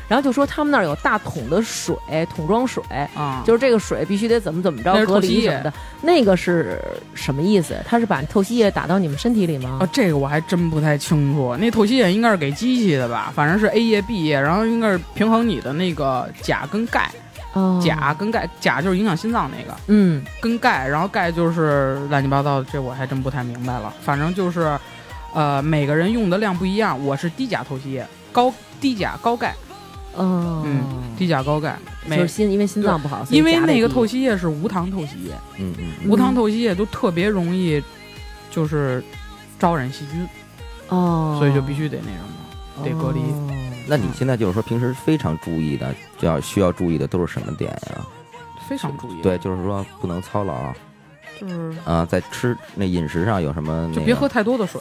然后就说他们那儿有大桶的水，桶装水，啊，就是这个水必须得怎么怎么着那是隔透析离什液么的，那个是什么意思？他是把透析液打到你们身体里吗啊，？这个我还真不太清楚。那透析液应该是给机器的吧？反正是 A 液、B 液，然后应该是平衡你的那个钾跟钙，哦，钾跟钙，钾就是影响心脏那个，嗯，跟钙，然后钙就是乱七八糟的，这我还真不太明白了。反正就是，呃，每个人用的量不一样。我是低钾透析液，高低钾高钙，哦，嗯，低钾高钙。就每是心，因为心脏不好，所以因为夹得那个低透析液是无糖透析液，嗯嗯，嗯无糖透析液就特别容易，就是招染细菌，哦，所以就必须得那什哦么，得隔离。那你现在就是说平时非常注意的，就要需要注意的都是什么点呀、非常注意。，对，就是说不能操劳啊、就是呃在吃那饮食上有什么、那个？就别喝太多的水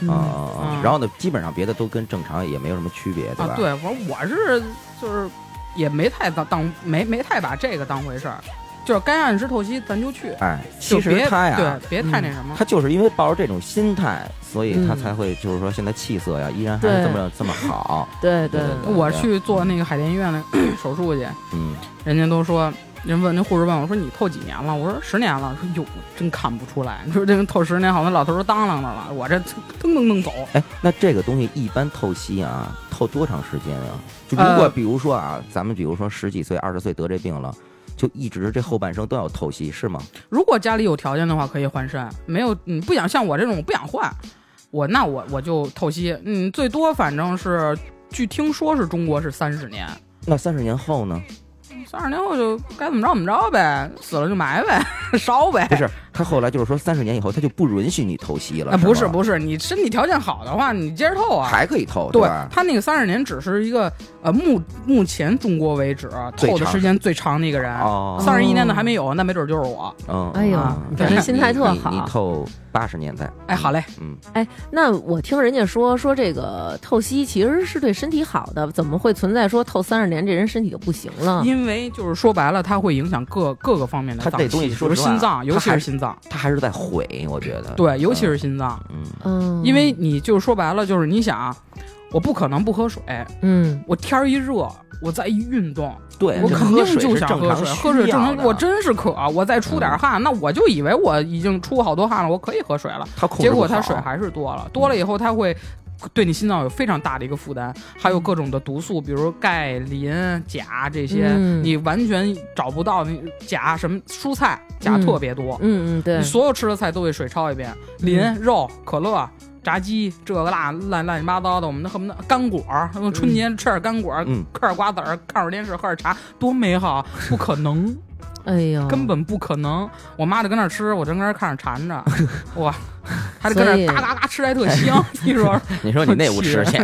嗯啊啊啊嗯然后呢，基本上别的都跟正常也没有什么区别，对吧？啊。对，我我是就是也没太当当没没太把这个当回事儿，就是该按时透析咱就去，哎，就其实别他呀，嗯对，别太那什么。他就是因为抱着这种心态，所以他嗯才会就是说现在气色呀，依然还是这么这么好。对对对对我去做那个海淀医院的 <clears throat> 手术去，嗯，人家都说，人问那护士问我说你透几年了？我说十年了。说哟，真看不出来。 <laughs> 说这个透十年，好像老头儿都当啷的了，我这噔噔噔走。哎，那这个东西一般透析啊，透多长时间啊？就如呃果比如说啊，咱们比如说十几岁、二十岁得这病了，就一直这后半生都要透析，是吗？如果家里有条件的话，可以换肾；没有，你不想像我这种，我不想换，我那我我就透析。嗯，最多反正是，据听说是中国是三十年，那三十年后呢？三十年后就该怎么着怎么着呗，死了就埋呗， <laughs> 烧呗不。是，他后来就是说三十年以后他就不允许你透析了，哎啊，不是是吗不是，你身体条件好的话，你接着透啊。还可以透，对吧？他那个三十年只是一个呃目目前中国为止啊最透的长时间最长的一个人，哦，三十一年的还没有，那没准就是我。嗯，哎呦嗯感觉心态特你你你好透八十年代，哎，好嘞，嗯，哎，那我听人家说说这个透析其实是对身体好的，怎么会存在说透三十年这人身体就不行了？因为就是说白了，它会影响各各个方面的嗯它脏器，这东西比说如实话心脏，尤它其还是是心脏，他还是在毁，我觉得。对，尤其是嗯心脏，嗯，嗯，因为你就是说白了，就是你想啊，我不可能不喝水，嗯我天儿一热，我再一运动，对，我这肯喝定水就是想正喝常水，需喝水正要常，的我真是渴，我再出点嗯汗，那我就以为我已经出好多汗了，我可以喝水了。他控制结果不它好嗯水还是多了，多了以后它会对你心脏有非常大的一个负担，还嗯有各种的毒素，比如钙、磷、钾这些，嗯你完全找不到。那钾什么蔬菜钾特别多，嗯嗯，对你，所有吃的菜都得水焯一遍，嗯磷、肉、可乐。炸鸡这个那乱乱七八糟的，我们那恨不得干果儿，春节吃点干果儿，嗯嗑点瓜子儿，看会儿电视，喝点茶，多美好！不可能，哎呦，根本不可能。我妈就跟那儿吃，我正跟那儿看着 <laughs> 馋着，哇，还得跟那所以儿嘎嘎嘎吃，还特香。 <laughs> <laughs> 你说哎你说你那屋吃 <laughs> 去，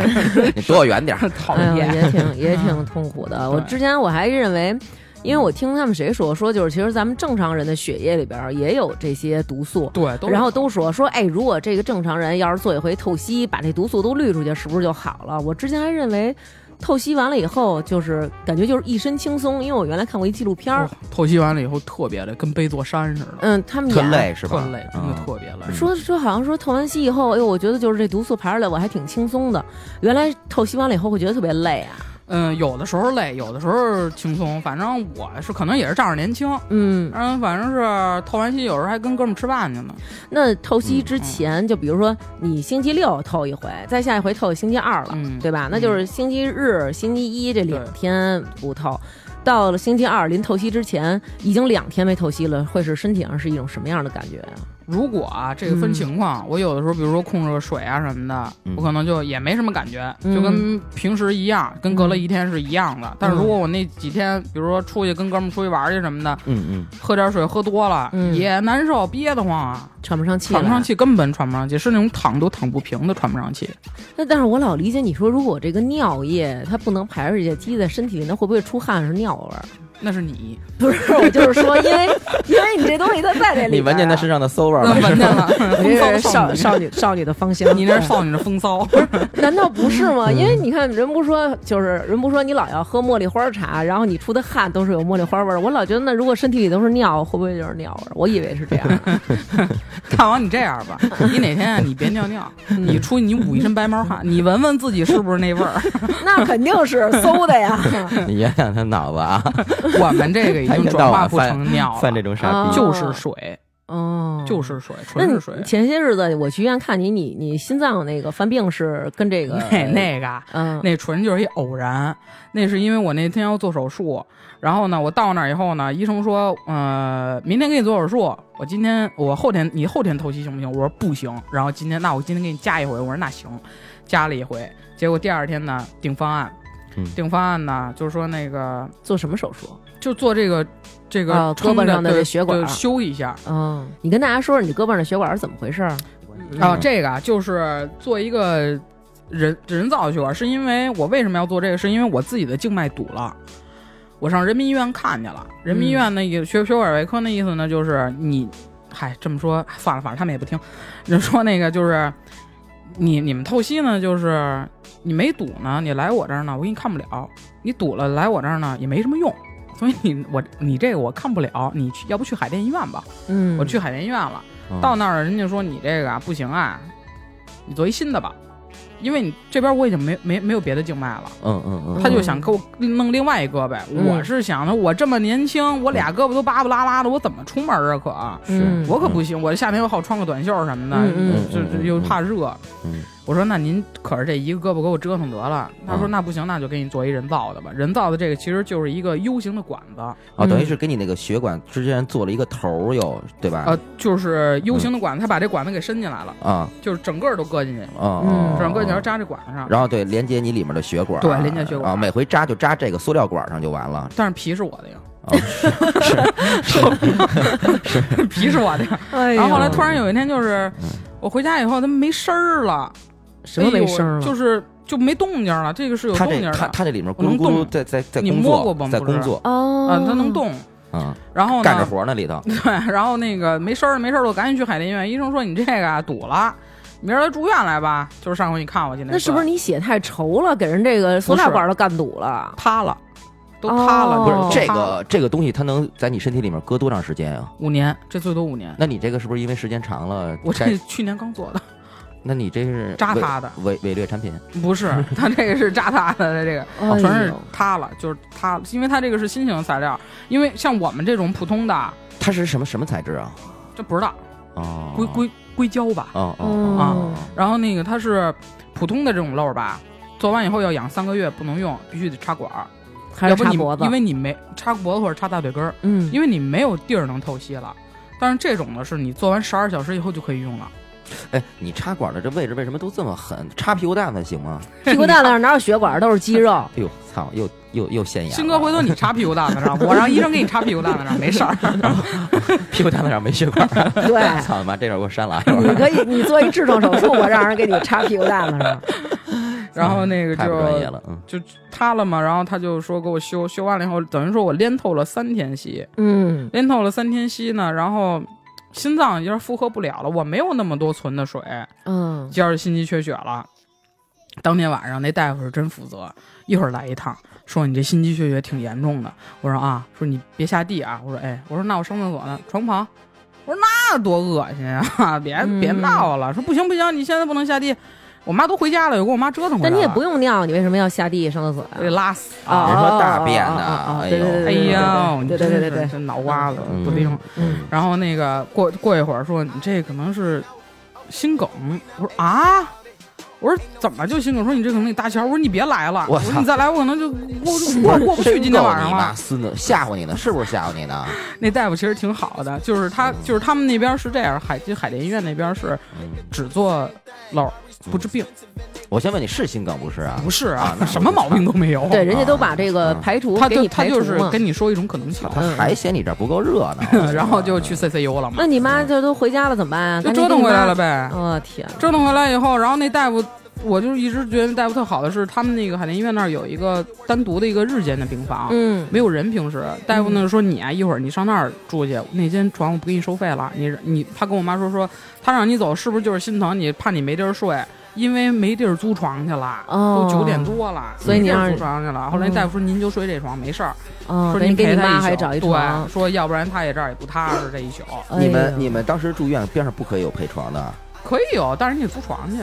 你躲我远 <laughs> 点儿。讨哎呦厌？也挺也嗯挺痛苦的。我之前我还认为。因为我听他们谁说说，就是其实咱们正常人的血液里边儿也有这些毒素，对，都是哦然后都说说，哎，如果这个正常人要是做一回透析，把这毒素都滤出去，是不是就好了？我之前还认为，透析完了以后，就是感觉就是一身轻松，因为我原来看过一纪录片儿，哦透析完了以后特别累，跟背座山似的，嗯，他们特演累是吧？嗯特嗯累，真的特别累。说说好像说透完析以后，哎呦，我觉得就是这毒素排出来，我还挺轻松的。原来透析完了以后会觉得特别累啊，嗯，有的时候累，有的时候轻松，反正我是可能也是仗着年轻。嗯，嗯，反正是透完析，有时候还跟哥们儿吃饭去 <laughs> 呢。那透析嗯之前，就比如说你星期六透一回，再下一回透星期二了，嗯对吧？那就是星期日、星期一这两对天不透，到了星期二临透析之前，已经两天没透析了，会是身体上是一种什么样的感觉呀、如果啊，这个分情况，我有的时候，比如说控制个水啊什么的，嗯我可能就也没什么感觉，嗯就跟平时一样，跟隔了一天是一样的。但是如果我那几天，比如说出去跟哥们儿出去玩儿去什么的，嗯嗯，喝点水喝多了、嗯也难受，憋得慌啊，喘不上气，喘不上。气，根本喘不上气，是那种躺都躺不平的喘不上气。那但是我老理解你说，如果这个尿液它不能排出去，积在身体里，那会不会出汗是尿 <laughs> 味儿？那是你，不是，我就是说，因为因为你这东西它在这里边儿啊，你闻见他身上的馊味儿那了闻是见吧？了，你这是风骚的 <laughs> 少少少女少女的芳香，你那是少女的风骚， <laughs> 难道不是吗？因为你看，人不说，就是人不说，你老要喝茉莉花茶，然后你出的汗都是有茉莉花味儿。我老觉得，那如果身体里都是尿，会不会就是尿味儿？我以为是这样的。大王，你这样吧，你哪天啊你别尿尿，你出去你捂一身白毛汗，你闻闻自己是不是那味儿。 <laughs> 那肯定是馊的呀。你原谅他脑子啊，我们 <laughs> 这个已他一经天转到化晚不啊犯成尿犯这了，啊种傻逼，嗯就是水， <laughs> 哦，。就是是水，那纯你是水。前些日子我去医院看你，你你心脏那个犯病是跟这个 <laughs> 那那个啊嗯那纯就是一偶然，那是因为我那天要做手术，然后呢，我到那儿以后呢，医生说，呃，明天给你做手术，我今天我后天你后天透析行不行？我说不行，然后今天那我今天给你加一回，我说那行，加了一回，结果第二天呢定方案嗯，定方案呢就是说那个做什么手术？就做这个这个啊撑胳膊着上的对这血管对修一下，嗯，你跟大家说说你胳膊上的血管是怎么回事儿？关系。啊，这个啊，就是做一个人人造的血管，是因为我为什么要做这个？是因为我自己的静脉堵了。我上人民医院看去了，嗯人民医院那个血血管外科那意思呢，就是你，嗨，这么说算了，反正他们也不听。人说那个就是你你们透析呢，就是你没堵呢，你来我这儿呢，我给你看不了；你堵了来我这儿呢，也没什么用。所以你我你这个我看不了，你去要不去海淀医院吧？嗯，我去海淀医院了。嗯到那儿了，人家说你这个啊不行啊，你做一新的吧，因为你这边我已经没没没有别的静脉了。嗯嗯嗯，他就想给我弄另外一胳膊，嗯我是想的，我这么年轻，我俩胳膊都巴不拉拉的，我怎么出门啊？可嗯我可不行，我夏天又好穿个短袖什么的，嗯嗯就就又怕热。嗯我说那您可是这一个胳膊给我折腾得了。他说嗯那不行，那就给你做一人造的吧。人造的这个其实就是一个 U 型的管子，哦，嗯等于是给你那个血管之间做了一个头儿，又对吧？呃，就是嗯 U 型的管子，他把这管子给伸进来了，啊就是整个都搁进去了。啊嗯啊！整个你要扎，扎这管子上，然后对连接你里面的血管儿，啊对连接血管儿啊，每回扎就扎这个塑料管儿上就完了。但是皮是我的呀， <laughs> 啊，是皮是我的呀。哎呦然后后来突然有一天，就是嗯我回家以后，他们没声儿了，什么哎呦没声儿了，就是就没动静了。这个是有它动静这它的，它这里面我咕噜能咕噜动在在在你工摸过作吗，在不知工道作哦，啊，它能，动。啊，然后干着呢，活儿呢里头。对， <laughs> 然后那个没声儿了，没声儿了，我赶紧去海淀医院，医生说你这个啊堵了，明儿住院来吧。就是上回你看我去那是不是你你血太稠了，给人这个塑料管都干堵了？塌了，都塌了？哦不都是这塌了个这个东西，它能在你身体里面搁多长时间啊？五年，这最多五年。那你这个是不是因为时间长了？我该这去年刚做的，那你这是扎伪他的伪伪劣产品不是，他这个是扎塌的这个。哎哦啊全是呦塌了，就是塌了，因为它这个是新型材料，因为像我们这种普通的，它是什么什么材质啊？这不知道哦，硅硅硅胶吧，哦嗯哦哦然后那个它是普通的这种漏儿吧，做完以后要养三个月，不能用，必须得插管儿，还要是不插你脖子，因为你没插脖子或者插大腿根儿，嗯，因为你没有地儿能透析了。但是这种呢，是你做完十二小时以后就可以用了，哎，你插管的这位置为什么都这么狠？插屁股蛋子行吗？屁股蛋子上哪有血管，都是肌 <laughs> 肉。哎呦，操，又又又现眼了。新哥，回头你插屁股蛋子上，我让医生给你插屁股蛋子上，没 <laughs> 事儿。屁股蛋子上没血管。对，操妈，这段给我删了啊。你可以，你做一痔疮手术，我让人给你插屁股蛋子 <laughs> 上。然后那个就太不专业了，嗯，就塌了嘛，然后他就说给我修，修完了以后，等于说我连透了三天息，嗯，连透了三天息呢，然后心脏有点负荷不了了，我没有那么多存的水，嗯，接着心肌缺血了。当天晚上那大夫是真负责，一会儿来一趟，说你这心肌缺血挺严重的。我说啊，说你别下地啊。我说哎，我说那我上厕所呢，床旁。我说那多恶心啊， <laughs> 别嗯别闹了。说不行不行，你现在不能下地。我妈都回家了，又给我妈折腾回来但了。你也不用尿，你为什么要下地上厕所我得呀？拉死啊人说大哦便哦呢哦哦哎对对呦对哎对呀，对对对对对，这脑瓜子嗯不灵。嗯然后那个过过一会儿说你这可能是心梗，我说啊。我说怎么就心梗？说你这可能得搭桥。我说你别来了，我我操说你再来我可 <laughs> 能就过过过不去今天晚上你妈了。孙子吓唬你呢，是不是吓唬你呢？那大夫其实挺好的，就是他就是他们那边是这样，海就海淀医院那边是只做瘘儿不治病，我先问你是心梗不是嗯啊不？是啊啊那，我 <laughs> 什么毛病都没有。 <laughs> 对，人家都把这个排除嗯他给就你他排除就是嘛。跟你说一种可能性，操，，他还嫌你这儿不够热闹 <laughs> 然后就去 CCU 了嘛那。你妈这都回家了怎么办啊？赶紧嗯就折给你腾回来妈了。呗。我天哪，折腾回来以后，然后那大夫，我就一直觉得大夫特好的是，他们那个海淀医院那儿有一个单独的一个日间的病房，嗯没有人。平时大夫呢说你啊，一会儿你上那儿住去，那间床我不给你收费了。你你，他跟我妈说说，他让你走是不是就是心疼你，怕你没地儿睡，因为没地儿租床去了，哦都九点多了，所以没地儿你让嗯租床去了。后来大夫说您就睡这床没事儿，哦，说给您给陪你他妈宿还找一床对，。说要不然他也这儿也不踏实这一宿。哎你呦们你们当时住院边上不可以有配床的可以有，但是你得租床去。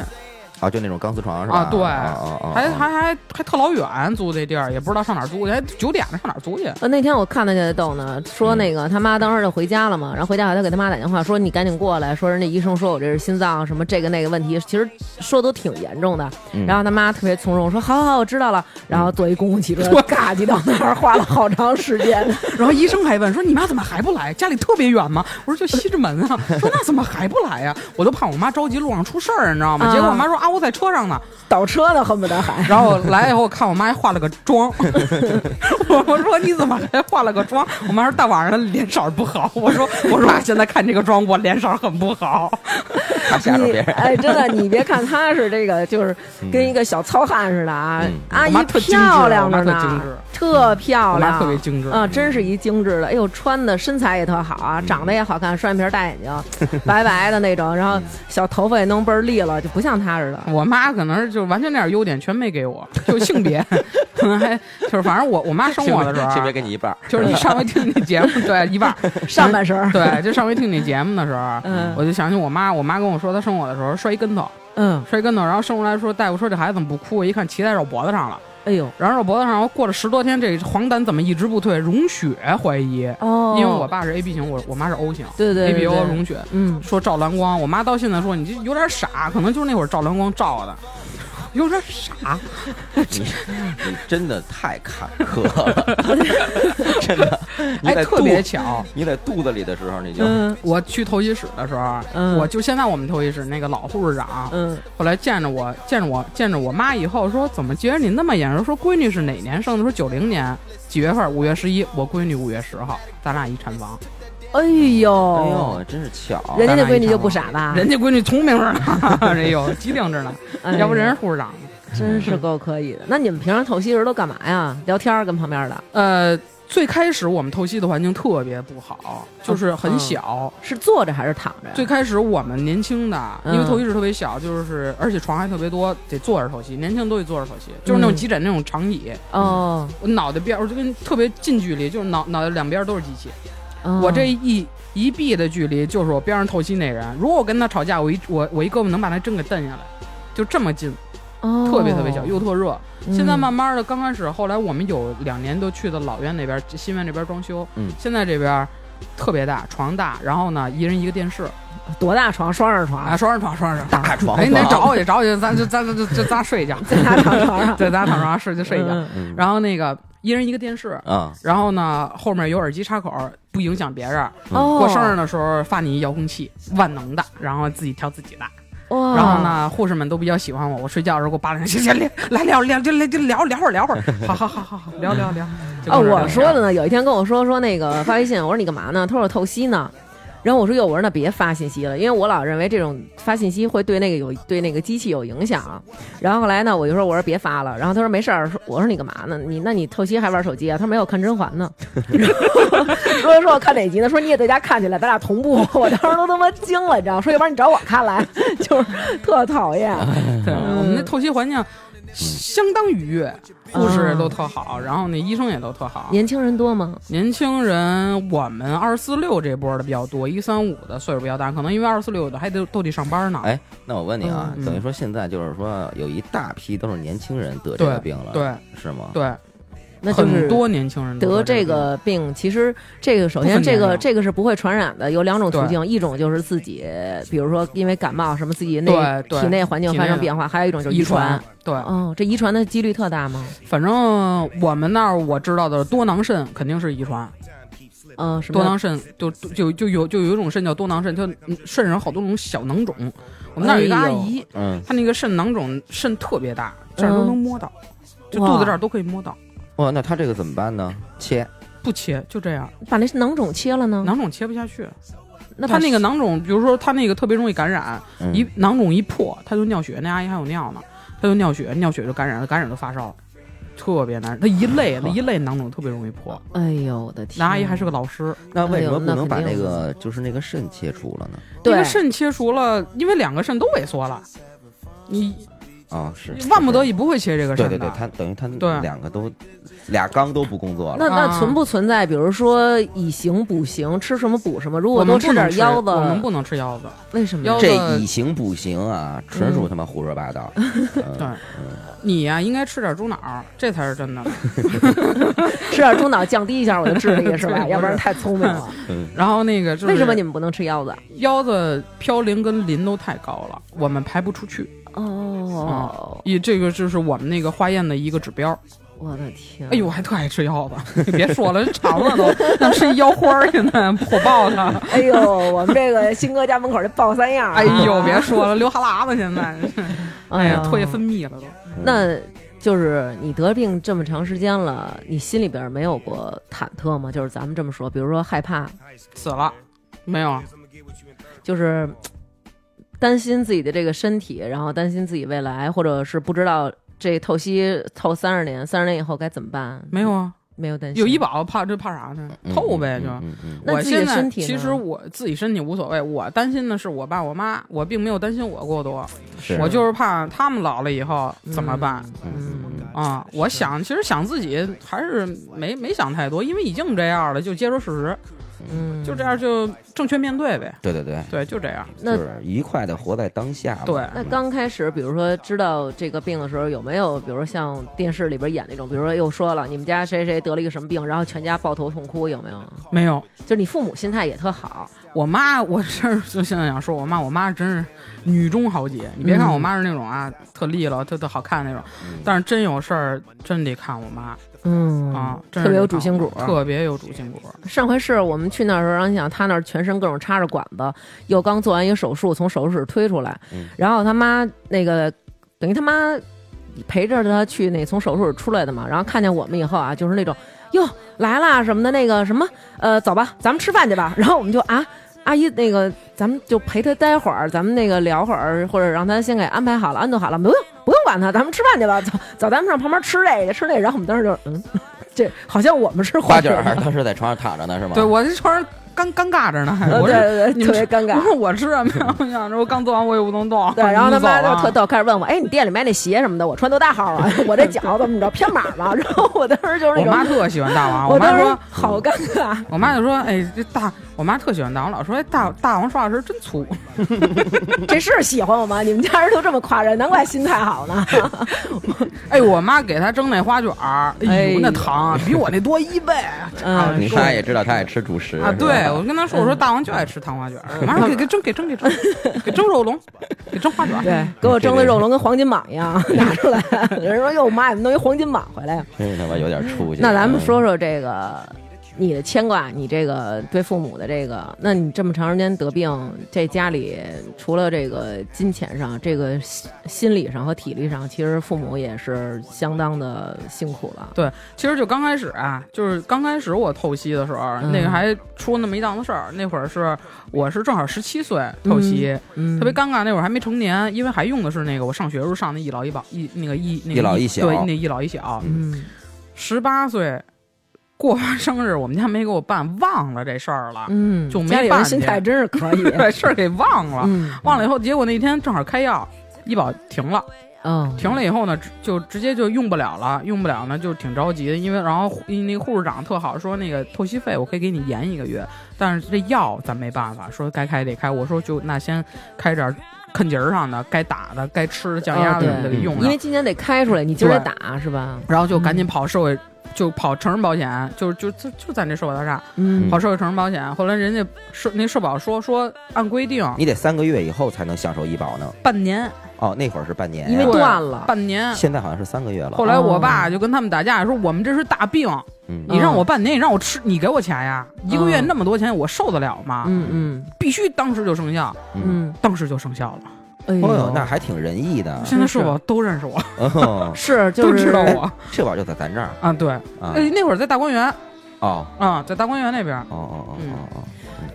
啊？就那种钢丝床是吧？啊对啊啊啊！还还还还特老远租这地儿，也不知道上哪儿租去，还九点了上哪儿租去？ <laughs> 呃，那天我看他就在逗呢，说那个他妈当时就回家了嘛，然后回家以后他给他妈打电话说你赶紧过来，说人家医生说我这是心脏什么这个那个问题，其实说都挺严重的。嗯然后他妈特别从容说好好我知道了，然后坐一公共汽车嘎叽到那儿花了好长时间。然后医生还问说：“你妈怎么还不来？家里特别远吗？”我说：“就西直门啊。”说：“那怎么还不来呀、我都怕我妈着急路上出事儿，你知道吗？啊结果我妈说：“啊，我在车上呢。倒车呢，恨不得还”。然后来以后看我妈还化了个妆， <laughs> 我我说：“你怎么还化了个妆？”我妈说：“大晚上的脸色儿不好。”我说：“我说我现在看这个妆，我脸色儿很不好。”他吓着别人。哎，真的，你别看她是这个，就是跟一个小糙汉似的啊嗯，阿嗯我姨妈特精致漂亮着我妈特精呢致，嗯特漂我亮，妈特别精致嗯啊，真是一精致的。哎呦，穿的身材也特好啊，长得也好看，双眼皮大眼 <laughs> 睛，白白的那种，然嗯后小头发也弄倍儿利落，就不像她似的。我妈可能是就完全那点优点全没给我，就性别， <laughs> 可能还就是反正我我妈生我的时候这啊边，跟你一半儿，就是你上回听那节目，对一半儿上半身儿对，就上回听你节目的时候，啊嗯我就想起我妈，我妈跟我说她生我的时候摔一跟头，嗯，摔一跟头，然后生出来说大夫说这孩子怎么不哭？我啊一看脐带绕脖子上了，哎呦，然后绕脖子上，过了十多天，这黄疸怎么一直不退？溶血怀疑，哦，因为我爸是 AB 型，我我妈是 O 型，对对 a 对 b 对 O 溶血。嗯，说照蓝光，我妈到现在说你这有点傻，可能就是那会儿照蓝光照的，有点傻。你你真的太坎坷了，真的。你哎，在特肚别巧，你在肚子里的时候，你就嗯我去头一室的时候，啊嗯我就现在我们头一室那个老护士长，嗯后来见着我，见着我，见着我妈以后说，怎么觉得你那么眼熟？说闺女是哪年生的？说九零年几月份？五月十一。我闺女五月十号，咱俩一产房。哎哎呦，呦，真是巧。人家那咱俩闺女一产就不房傻吧？人家闺女聪明着呢， <laughs> 哎呦，机灵着呢，啊哎要不人是护士长呢。真是够可以的。那你们平常透析时候都干嘛呀？聊天儿跟旁边的，呃，最开始我们透析的环境特别不好，就是很小。是坐着还是躺着呀？最开始我们年轻的，因为嗯透析室特别小，就是而且床还特别多，得坐着透析。年轻人都得坐着透析，就是那种嗯急诊那种长椅，哦，我脑袋边儿我就跟特别近距离，就是脑脑袋两边都是机器。哦我这一一臂的距离就是我边上透析那人。如果我跟他吵架，我一我我一胳膊能把他针给蹬下来，就这么近，哦特别特别小，又特热。嗯现在慢慢的，刚开始，后来我们有两年都去的老院那边、新院这边装修。嗯现在这边特别大，床大，然后呢，一人一个电视多大床？双人床，啊，双人床，双人床。大床哎，你得房找我去，找我去，咱就咱咱就就咱睡一觉，在大床床上 <laughs> 对，咱躺床上睡就睡一觉。嗯嗯然后那个一人一个电视，啊，然后呢，后面有耳机插口，不影响别人。哦，过生日的时候发你一遥控器，万能的，然后自己调自己的。哇，然后？呢，护士们都比较喜欢我。我睡觉的时候给我扒拉行行，聊来聊聊就聊就聊聊会儿聊会儿，好好好好好聊聊聊。就哦，跟我说聊的呢，有一天跟我说说那个发微信，我说你干嘛呢？他说我透析呢。然后我说哟，我说那别发信息了，因为我老认为这种发信息会对那个有对那个机器有影响。然后后来呢，我就说我说别发了。然后他说没事儿，说我说你干嘛呢？你那你透析还玩手机啊？他说没有看甄嬛呢。 <laughs> 说说我看哪集呢？说你也在家看去了，咱俩同步。我当时都他妈惊了，你知道吗？说要不然你找我看来， <laughs> 就是特讨厌。对，嗯我们那透析环境相当愉悦，护士嗯都特好，然后那医生也都特好。年轻人多吗？年轻人，我们二四六这波的比较多，一三五的岁数比较大，可能因为二四六的还得都得上班呢。哎，那我问你啊，嗯嗯等于说现在就是说有一大批都是年轻人得这个对病了，对，是吗？对，啊那就是很多年轻人都得这这病个病，其实这个首不先分这年个龄这个是不会传染的，有两种途对径，一种就是自己，比如说因为感冒什么自己那对对体内环境体内发生的变化，还有一种就是遗传传。。对，哦，这遗传的几率特大吗？反正我们那儿我知道的多囊肾肯定是遗传，嗯，什呃多么囊？肾就就就有就有一种肾叫多囊肾，就嗯肾上好多种小囊肿。我们那儿有一个哎阿呦姨，嗯，她那个肾囊肿肾特别大，这嗯儿都能摸到，就哇肚子这儿都可以摸到，哇，那他这个怎么办呢？切，不切就这样，把那囊肿切了呢？囊肿切不下去。那她把那个囊肿，比如说她那个特别容易感染，嗯一囊肿一破，她就尿血，那阿姨还有尿呢，她就尿血，尿血就感染了，感染就发烧，特别难。她一类，那一类囊肿特别容易破。哎呦我的天！那阿姨还是嗯个老师，那为什哎么呦不那能把肯那定个就是那个肾切除了呢？那对个肾切除了，因为两个肾都萎缩了，你啊，是万不得已不会切这个对肾对的。对，他等于他对两个都俩缸都不工作那了。那啊存不存在？比如说以形补形，吃什么补什么？如果我多们吃不点能吃腰子，我们不能吃腰子。为什么呀腰？这那嗯以形补形啊，纯属他妈胡说八道。对嗯，你呀、应该吃点猪脑儿，这才是 <laughs> 真的。吃点猪脑降低一下我的智 <laughs> 力是吧？对要不不然是太聪明了。然后那个就是为什么你们不能吃腰子？腰子嘌呤跟磷都太高了，我们排不出去。哦，以这个就是我们那个化验的一个指标。我的天！哎呦，我，还特爱吃腰子， <laughs> 你别说了，这肠子都想吃一腰花儿，现在火爆了。哎呦，我们这个新哥家门口这爆三样，啊哎呦，别说了，流哈喇 <laughs> 子现在，哎呀，唾液分泌了都。那。就是你得病这么长时间了，你心里边没有过忐忑吗？就是咱们这么说，比如说害怕，死了，没有啊？就是担心自己的这个身体，然后担心自己未来，或者是不知道这透析透三十年，三十年以后该怎么办？没有啊，没有担心，有医保怕这怕啥呢？ <laughs> 透呗就。嗯嗯那我自己的现在身体呢其实我自己身体无所谓，我担心的是我爸我妈，我并没有担心我过多，是我就是怕他们老了以后怎么办嗯，啊、我想，其实想自己还是没没想太多，因为已经这样了，就接受事实，嗯，就这样就正确面对呗。对对对，对，就这样。那就是愉快的活在当下嘛。对那刚开始，比如说知道这个病的时候，有没有比如说像电视里边演那种，比如说又说了你们家谁谁得了一个什么病，然后全家抱头痛哭，有没有？没有，就是你父母心态也特好，我妈，我是就现在想说，我妈，我妈真是女中豪杰。你别看嗯我妈是那种啊，特利落、特特好看那种，但是真有事儿，真得看我妈嗯啊，真特是别有得主看心我骨。妈特别有主心骨。上回是我们去那儿的时候，然后你想他那儿全身各种插着管子，又刚做完一个手术，从手术室推出来，嗯然后他妈那个等于他妈陪着他去那从手术室出来的嘛，然后看见我们以后啊，就是那种哟来啦什么的那个什么呃走吧，咱们吃饭去吧，然后我们就啊。 <laughs> 阿姨，那个咱们就陪他待会儿，咱们那个聊会儿，或者让他先给安排好了、安顿好了，不用不用管他，咱们吃饭去吧，走走，咱们上旁边吃这个吃那个。然后我们当时就嗯，这好像我们是花坏卷人儿当时在床上躺着呢，是吗？对我这床上尴尴尬着 <laughs> 呢，还呃我对是对对，你们特别尴 <laughs> 尬。我说我吃什么呀？我想着我刚做 <laughs> 完，我也不能动。对，然后他妈你走就啊特逗，开始问我，哎，你店里卖那鞋什么的，我穿多大号啊？ <laughs> 我这脚怎么着偏码吗？然 <laughs> 后我当时就是那我妈种，特喜欢大王， <laughs> 我妈当时说，好尴尬。我妈就说，哎，这大，我妈特喜欢大王，老说，哎，大大王说话声真粗。这是喜欢我吗？你们家人都这么夸人，难怪心态好呢。哎，我妈给他蒸那花卷儿，哎哎呦，那糖比我那多一倍。嗯，你妈也知道她爱吃主食啊，是吧对，我跟他说，我说大王就爱吃糖花卷儿，我妈说给给蒸给蒸给蒸给蒸肉龙，给蒸花卷 <laughs> 儿。对，给嗯我蒸的肉龙跟黄金蟒一样拿出来， <laughs> 人说哟妈，怎么弄一黄金蟒回来呀？真是他妈有点出息。嗯那咱们说说这个你的牵挂，你这个对父母的这个，那你这么长时间得病，这家里除了这个金钱上，这个心心理上和体力上，其实父母也是相当的辛苦了。对，其实就刚开始啊，就是刚开始我透析的时候，嗯那个还出那么一档子事儿。那会儿是我是正好十七岁透析，嗯特别尴尬。那会儿还没成年，因为还用的是那个我上学时候上的一老一保一那个一那个一老一小对，那一老一小。嗯十八岁过完生日，我们家没给我办，忘了这事儿了，嗯，就没家里办人心去态真是可以。 <laughs> 把事儿给忘了。嗯，忘了以后，结果那天正好开药，医保停了，哦，停了以后呢，直就直接就用不了了，用不了呢就挺着急的，因为然后护那个护士长特好，说那个透析费我可以给你延一个月，但是这药咱没办法，说该开得开，我说就那先开点儿坑节儿上的，该打的、该吃的降压哦的什么的对给用上，因为嗯今年得开出来，你今儿得对打是吧？然后就赶紧跑社会，就跑成人保险，就就就就咱这社保大厦嗯，跑社会成人保险，后来人家社那社保说说按规定你得三个月以后才能享受医保呢。半年哦，那会儿是半年呀，因为对断了。半年。啊现在好像是三个月了。后来哦我爸就跟他们打架，说我们这是大病，嗯你让我半年，你让我吃，你给我钱呀，一个月嗯那么多钱，我受得了吗？嗯嗯必须当时就生效，嗯，嗯，当时就生效了。哎哦呦呦，，那还挺仁义的。现在社保都认识我，哦，是就都是知道我社保就在咱这儿啊。对，啊嗯哎。那会儿在大观园哦啊，在大观园那边哦哦哦哦嗯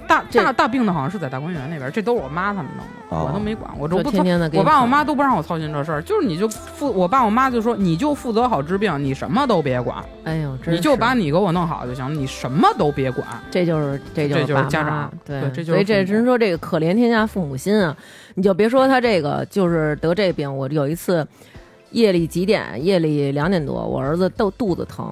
大这大大病的，好像是在大观园那边，这都是我妈他们弄的，哦我都没管，我都就不天操。天的给我你爸我看妈都不让我操心这事儿，就是你就负，我爸我妈就说你就负责好治病，你什么都别管，哎呦，真你就是把你给我弄好就行了，你什么都别管。这就是这这就是爸妈家长对对这就是所以这父母只是说这个可怜天下父母心啊！你就别说他这个就是得这病，我有一次夜里几点？夜里两点多，我儿子肚肚子疼，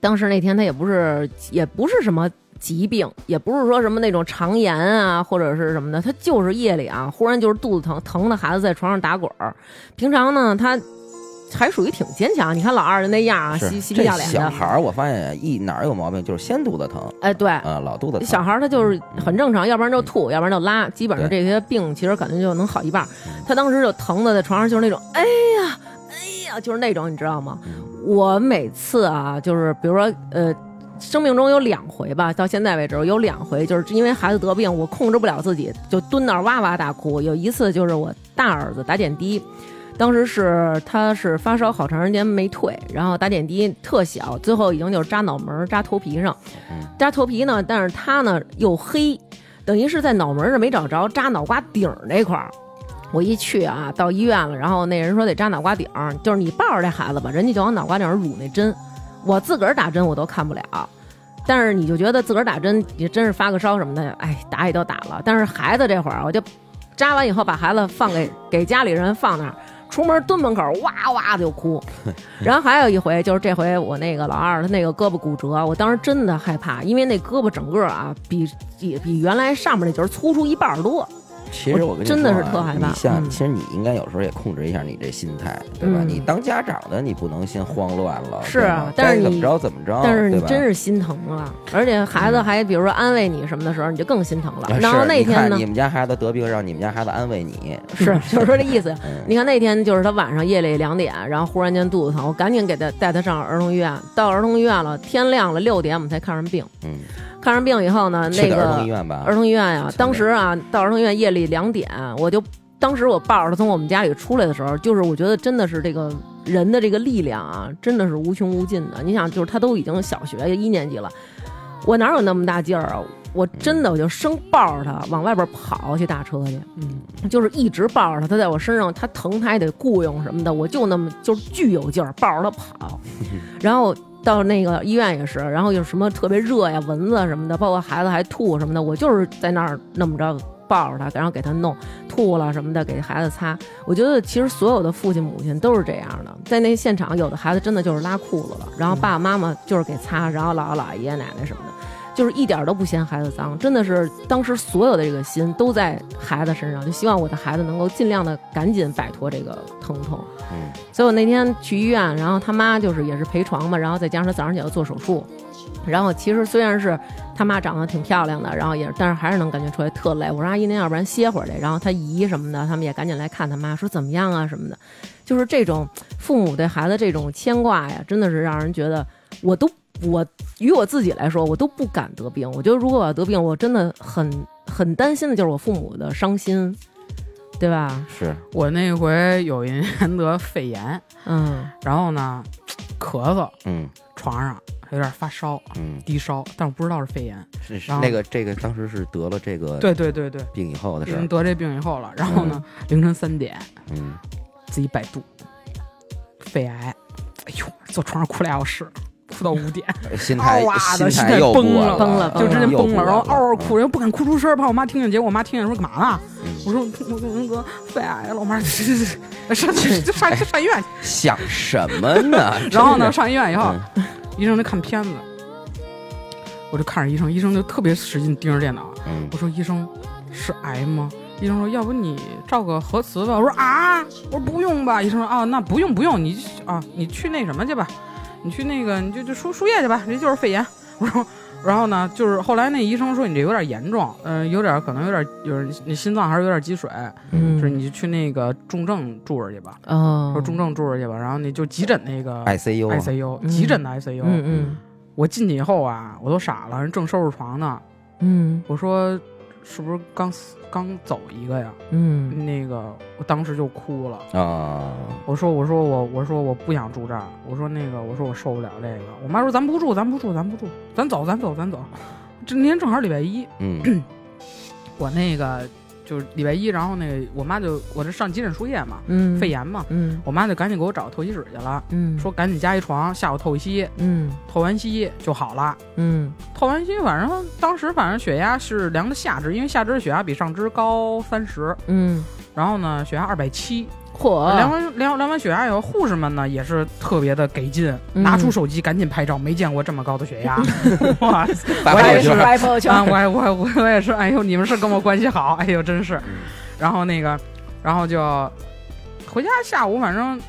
当时那天他也不是也不是什么。疾病也不是说什么那种肠炎啊，或者是什么的，他就是夜里啊，忽然就是肚子疼，疼的孩子在床上打滚儿。平常呢，他还属于挺坚强。你看老二就那样啊，哦，嬉是嬉皮这笑脸小的。孩儿，我发现一哪儿有毛病就是先肚子疼哎，对，啊，老肚子疼。小孩儿他就是很正常，要不然就吐，要不然就拉，基本上这些病其实感觉就能好一半儿。他当时就疼的在床上就是那种，哎呀，哎呀，就是那种，你知道吗？我每次啊，就是比如说呃。生命中有两回吧，到现在为止有两回，就是因为孩子得病，我控制不了自己，就蹲那儿哇哇大哭。有一次就是我大儿子打点滴，当时是他是发烧好长时间没退，然后打点滴特小，最后已经就是扎脑门儿、扎头皮上，扎头皮呢，但是他呢又黑，等于是在脑门儿上没找着，扎脑瓜顶儿那块儿。我一去啊，到医院了，然后那人说得扎脑瓜顶儿，就是你抱着这孩子吧，人家就往脑瓜顶儿乳那针，我自个儿打针我都看不了。但是你就觉得自个儿打针，也真是发个烧什么的，哎，打也都打了。但是孩子这会儿，啊我就扎完以后把孩子放给给家里人放那儿，出门蹲门口哇哇的就哭。然后还有一回就是这回我那个老二他那个胳膊骨折，我当时真的害怕，因为那胳膊整个啊比比比原来上面那节儿粗出一半儿多。其实我我跟你真的说是啊特害你怕像、嗯其实你应该有时候也控制一下你这心态，对吧？嗯你当家长的，你不能先慌乱了，是对啊吧但是该怎么你着怎么着，但是你对吧真是心疼了，而且孩子还比如说安慰你什么的时候，你就更心疼了。啊然后是那你天看呢你，们家孩子得病，让你们家孩子安慰你， <laughs> 是就是说这意思。嗯你看那天就是他晚上夜里两点，然后忽然间肚子疼，我赶紧给他带他上儿童医院。到儿童医院了，天亮了六点我们才看上病。嗯，看上病以后呢，去那的个儿童医院吧儿，童医院呀、的当时啊，到儿童医院夜里两点，我就当时我抱着他从我们家里出来的时候，就是我觉得真的是这个人的这个力量啊，真的是无穷无尽的。你想，就是他都已经小学一年级了，我哪有那么大劲儿啊？我真的我就生抱着他往外边跑去打车去，嗯，就是一直抱着他，他在我身上，他疼他还得雇佣什么的，我就那么就是巨有劲儿抱着他跑，然后到那个医院也是，然后有什么特别热呀、蚊子什么的，包括孩子还吐什么的，我就是在那儿那么着抱着他，然后给他弄吐了什么的，给孩子擦。我觉得其实所有的父亲母亲都是这样的，在那现场有的孩子真的就是拉裤子了，然后爸爸妈妈就是给擦，然后姥姥姥爷爷爷奶奶什么的。就是一点儿都不嫌孩子脏，真的是当时所有的这个心都在孩子身上，就希望我的孩子能够尽量的赶紧摆脱这个疼痛。嗯，所以我那天去医院，然后他妈就是也是陪床嘛，然后再加上他早上起来要做手术，然后其实虽然是他妈长得挺漂亮的，然后也但是还是能感觉出来特累。我说阿姨，您要不然歇会儿去。然后他姨什么的，他们也赶紧来看他妈，说怎么样啊什么的。就是这种父母对孩子这种牵挂呀，真的是让人觉得我都我于我自己来说，我都不敢得病。我觉得如果我要得病，我真的很很担心的就是我父母的伤心，对吧？是我那回有一年 <laughs> 得肺炎，嗯然后呢，咳嗽，嗯床上有点发烧，嗯，低烧，但我不知道是肺炎。是是然后那个这个当时是得了这个对对对对，病以后的已事经儿，嗯得这病以后了。然后呢，凌晨三点嗯，自己百度，肺癌，哎呦，坐床上哭俩小时，哭到五点，嗯心嗷态哇的心态态又不崩稳了崩了就直接又不崩了，稳然后嗷嗷嗯哭，嗯然后不敢哭出声儿，怕我妈听见。结果我妈听见，结果干嘛呢？嗯我说我我我得肺癌了，我 <laughs> 妈上去就上上医院去。嗯想什么呢？ <laughs> 然后呢，真是上医院以后嗯，医生就看片子，我就看着医生，医生就特别使劲盯着电脑。嗯我说医生是癌吗？医生说要不你照个核磁吧。我说啊，我说不用吧。医生说啊，那不用不用，你啊你去那什么去吧，你去那个你就就输输液去吧，这就是肺炎。我说。然后呢，就是后来那医生说你这有点严重，嗯、有点可能有点就是你心脏还是有点积水，嗯，就是你就去那个重症住着去吧，哦，说重症住着去吧，然后你就急诊那个 ICU 啊 ICU 嗯急诊的 ICU，、嗯嗯我进去以后啊，我都傻了，人正收拾床呢，嗯我说是不是刚死刚走一个呀？嗯那个，我当时就哭了。啊，我说，我说我我说我不想住这儿。我说那个，我说我受不了这个。我妈说咱不住，咱不住，咱不住，咱走，咱走，咱走。这那天正好礼拜一，嗯我那个就是礼拜一，然后那个我妈就我这上急诊输液嘛，嗯，肺炎嘛，嗯我妈就赶紧给我找透析室去了，嗯说赶紧加一床，下午透析，嗯透完析就好了。嗯透完析，反正当时反正血压是量的下肢，因为下肢的血压比上肢高三十，嗯，然后呢血压二百七。嚯，量完量量完血压以后，护士们呢也是特别的给劲，嗯拿出手机赶紧拍照，没见过这么高的 <laughs> 血压。 <laughs> 哇塞！发我朋友也是圈，朋友啊，我我我我也是，哎呦，你们是跟我关系好，哎呦，真是嗯。然后那个，然后就回家，下午反正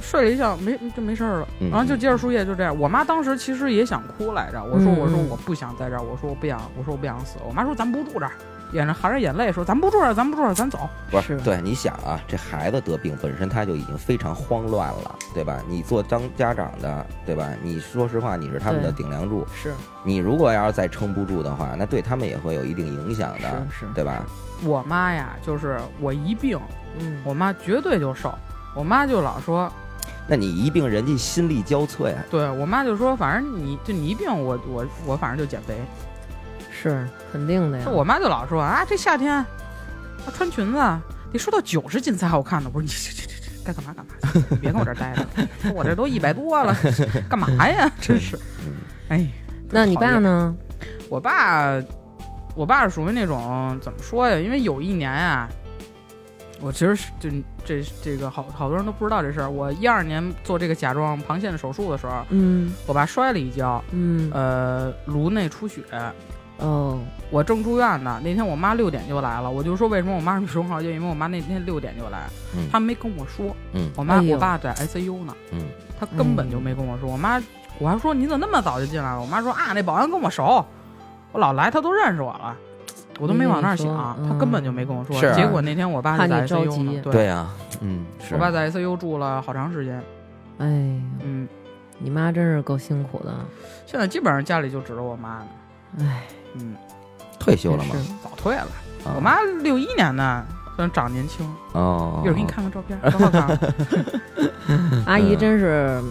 睡了一觉，没就没事儿了，嗯然后就接着输液，就这样。我妈当时其实也想哭来着，我说嗯我说我不想在这儿，我说我不想，我说我不想死。我妈说咱不住这儿，眼着含着眼泪说咱不住这儿，咱不住这儿，咱走。不是是，对，你想啊，这孩子得病本身他就已经非常慌乱了，对吧？你做当家长的，对吧？你说实话，你是他们的顶梁柱，是你如果要是再撑不住的话，那对他们也会有一定影响的，是是对吧？我妈呀，就是我一病，嗯我妈绝对就瘦。我妈就老说，那你一病，人家心力交瘁，啊对我妈就说，反正你就你一病，我我我反正就减肥。是肯定的呀就，我妈就老说啊，这夏天、啊、穿裙子，得说到九十斤才好看呢。我说你这这这这该干嘛干嘛去，别跟我这儿待着了，说我这都一百多了，干嘛呀？真是，哎，那你爸呢？我爸，我爸是属于那种怎么说呀？因为有一年啊，我其实是就这这个好好多人都不知道这事儿。我一二年做这个甲状旁腺手术的时候，嗯我爸摔了一跤，嗯呃，颅内出血。呃哦，我正住院呢，那天我妈六点就来了，我就说为什么我妈没说号，就因为我妈那天六点就来，嗯她没跟我说，嗯我妈、哎呦嗯我爸在 ICU 呢，嗯她根本就没跟我说，我妈我还说你怎么那么早就进来了，我妈说啊那保安跟我熟，我老来她都认识我了，我都没往那儿想，没跟你说她根本就没跟我说，是啊结果那天我爸是哎怕在你着 ICU 呢急，对，对呀，嗯，是我爸在 ICU 住了好长时间，哎呦，嗯，你妈真是够辛苦的，现在基本上家里就指着我妈呢，哎，嗯，退休了吗真？早退了，啊我妈六一年的，虽然长年轻。哦，一会儿给你看看照片，多好看啊！ <laughs> 是阿姨真是。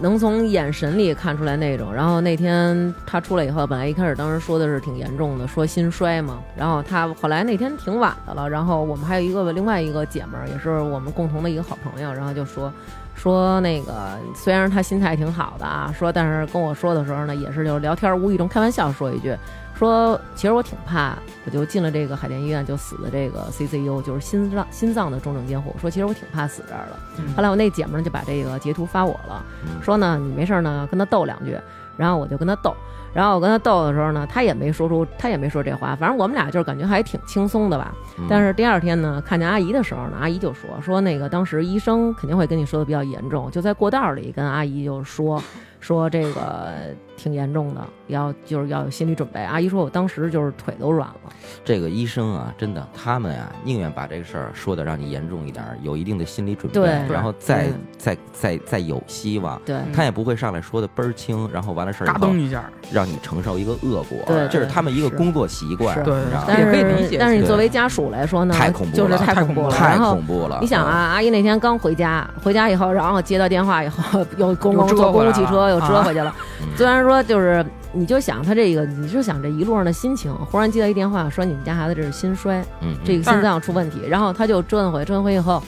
能从眼神里看出来那种，然后那天她出来以后，本来一开始当时说的是挺严重的，说心衰嘛，然后她后来那天挺晚的了，然后我们还有一个另外一个姐们儿，也是我们共同的一个好朋友，然后就说说那个虽然她心态挺好的啊，说但是跟我说的时候呢，也是就是聊天儿无意中开玩笑说一句，说其实我挺怕，我就进了这个海淀医院就死的这个 CCU，就是心脏心脏的重症监护，说其实我挺怕死这儿的。嗯后来我那姐们儿就把这个截图发我了，说呢你没事儿呢跟他逗两句，然后我就跟他逗，然后我跟他逗的时候呢，他也没说出他也没说这话，反正我们俩就是感觉还挺轻松的吧。嗯嗯但是第二天呢，看见阿姨的时候呢，阿姨就说说那个当时医生肯定会跟你说的比较严重，就在过道里跟阿姨就说说这个挺严重的，要就是要有心理准备。阿姨说我当时就是腿都软了，这个医生啊，真的，他们啊，宁愿把这个事儿说的让你严重一点儿，有一定的心理准备，对然后再嗯再再再有希望。对嗯他也不会上来说的倍儿轻，然后完了事儿以嘎后噔一下，让你承受一个恶果，对这对是他们一个是工作习惯，是你知对道吗但也可以理是解但是你对作为家属来说呢，太恐怖就是了太太恐怖恐怖了，了太然后恐怖了。你想嗯，啊，阿姨那天刚回家，回家以后，然后接到电话以后， <laughs> 又公又共折坐公共回来汽了车又折回去了。嗯虽然说就是，你就想他这个，你就想这一路上的心情。忽然接到一电话说你们家孩子这是心衰，嗯，这嗯个心但是脏出问题，然后他就折腾回折腾回以后，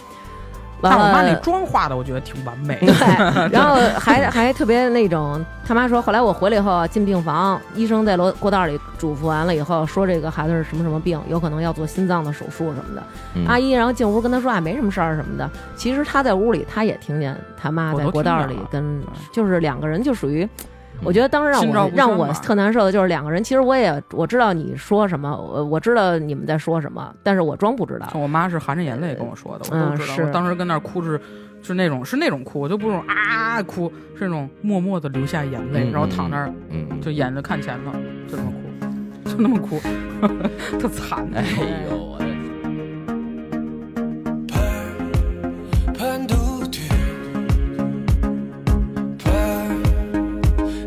但完是我妈那了。妆化的，我觉得挺完美。 <laughs> 对，然后还 <laughs> 还特别那种，他妈说，后来我回来以后啊进病房，医生在楼过道里嘱咐完了以后，说这个孩子是什么什么病，有可能要做心脏的手术什么的。嗯阿姨，然后进屋跟他说啊，没什么事儿什么的。其实他在屋里，他也听见他妈我在都过听道见里了嗯跟，就是两个人就属于，我觉得当时让心照我不宣让我吧特难受的就是两个人，其实我也我知道你说什么，我我知道你们在说什么，但是我装不知道。我妈是含着眼泪跟我说的，我嗯都知道。是我当时跟那儿哭是是那种是那种哭，我就不是那种啊哭，是那种默默的流下眼泪，嗯然后躺那儿嗯，嗯就眼睛看前头，就那么哭，就那么哭， <laughs> 特惨的。哎呦，我的。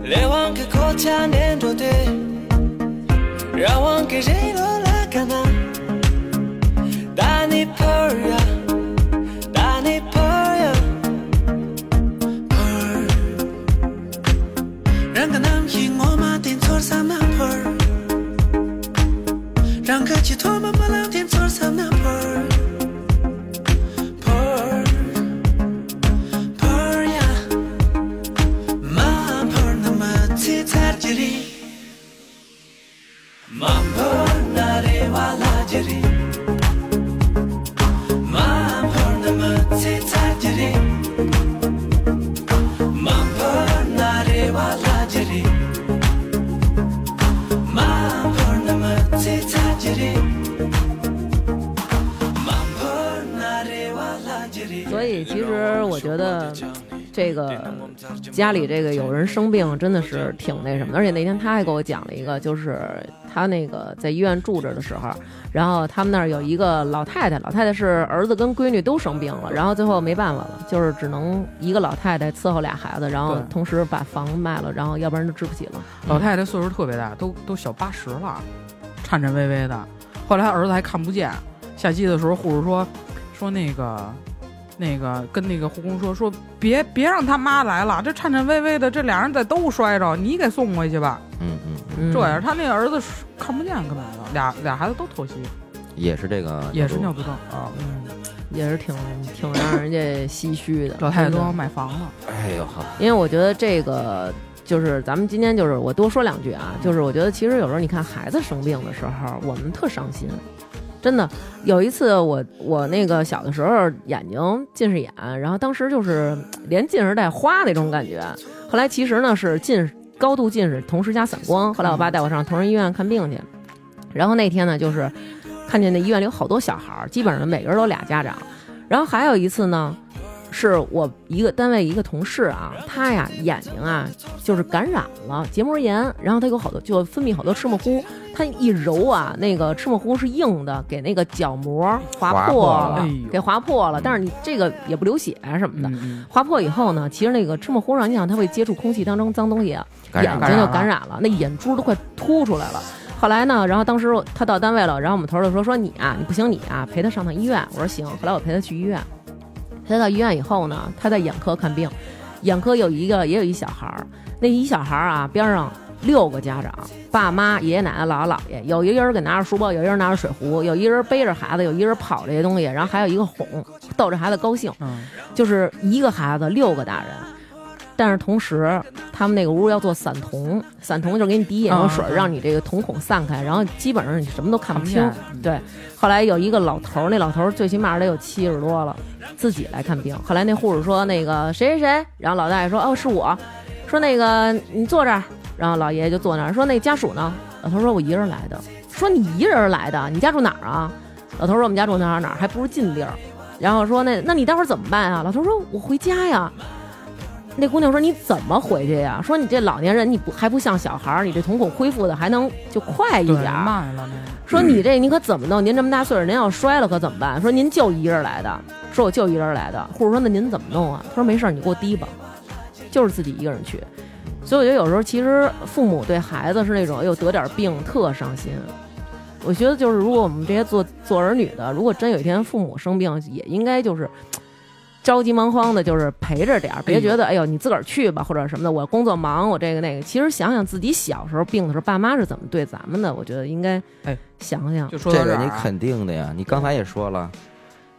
레왕그 고차 낸도데 라왕그 제로 라카나 다니 퍼야 다니 퍼야 펄 랑가 남힌 오마딘 솔사마 펄 랑가 지토마 말람딘 솔사마 펄 펄, 펄야 Ma porna mati tarjiri Ma porna rewa lajiri Ma porna mati tarjiri Ma porna rewa lajiri Ma porna mati tarjiri Ma porna rewa lajiri 所以其实我觉得这个家里这个有人生病真的是挺那什么的，而且那天他还给我讲了一个，就是他那个在医院住着的时候，然后他们那儿有一个老太太，老太太是儿子跟闺女都生病了，然后最后没办法了，就是只能一个老太太伺候俩孩子，然后对同时把房卖了，然后要不然就支不起了。老太太岁数特别大，都都小八十了，颤颤巍巍的。后来她儿子还看不见，下机的时候护士说说那个那个跟那个护工说说别别让他妈来了，这颤颤巍巍的，这俩人在都摔着，你给送回去吧。嗯嗯，嗯这样，他那个儿子是看不见，根本就俩俩孩子都透析，也是这个，也是尿毒症。啊。嗯，也是挺挺让人家唏嘘的。老太太真都的要买房了，哎呦呵，因为我觉得这个就是咱们今天就是我多说两句啊，就是我觉得其实有时候你看孩子生病的时候，我们特伤心，真的。有一次我我那个小的时候眼睛近视眼，然后当时就是连近视带花那种感觉，后来其实呢是近视高度近视，同时加散光。后来我爸带我上同仁医院看病去，然后那天呢就是看见那医院里有好多小孩儿，基本上每个人都俩家长。然后还有一次呢，是我一个单位一个同事啊，他呀眼睛啊就是感染了结膜炎，然后他有好多就分泌好多赤墨糊，他一揉啊，那个赤墨糊是硬的，给那个角膜划划破破了了，哎呦给划破了。但是你这个也不流血啊什么的。嗯，划破以后呢，其实那个赤墨糊上，你想它会接触空气当中脏东西，啊感染眼睛就感染了，那眼珠都快凸出来了。后来呢，然后当时我他到单位了，然后我们头儿就说说你啊，你不行你啊，陪他上趟医院。我说行。后来我陪他去医院，陪他到医院以后呢，他在眼科看病，眼科有一个也有一小孩儿，那一小孩儿啊边上。六个家长，爸妈、爷爷奶奶、姥姥姥爷，有一个人给拿着书包，有一个人拿着水壶，有一个人背着孩子，有一个人跑这些东西，然后还有一个哄，逗着孩子高兴。嗯，就是一个孩子六个大人，但是同时他们那个屋要做散瞳，散瞳就是给你滴眼药水，啊让你这个瞳孔散开，然后基本上你什么都看不清看不见。对，后来有一个老头儿，那老头儿最起码得有七十多了，自己来看病。后来那护士说那个谁谁谁，然后老大爷说哦是我，说那个你坐这儿，然后老爷爷就坐那儿，说那家属呢？老头儿说我一人来的，说你一人来的，你家住哪儿啊？老头儿说我们家住哪儿哪儿，还不是近地儿。然后说那那你待会儿怎么办啊？老头儿说我回家呀。那姑娘说你怎么回去呀？说你这老年人你不还不像小孩儿，你这瞳孔恢复的还能就快一对，点儿。慢了那个。说你这您可怎么弄？您这么大岁数，您要摔了可怎么办？说您就一人来的，说我就一人来的。护士说那您怎么弄啊？他说没事儿，你给我滴吧，就是自己一个人去。所以我觉得有时候其实父母对孩子是那种又哎得点病特伤心。我觉得就是如果我们这些做做儿女的，如果真有一天父母生病，也应该就是。着急忙慌的，就是陪着点儿，别觉得哎呦你自个儿去吧或者什么的，我工作忙，我这个那个。其实想想自己小时候病的时候，爸妈是怎么对咱们的，我觉得应该哎想想。就说到这这个儿啊你肯定的呀，你刚才也说了，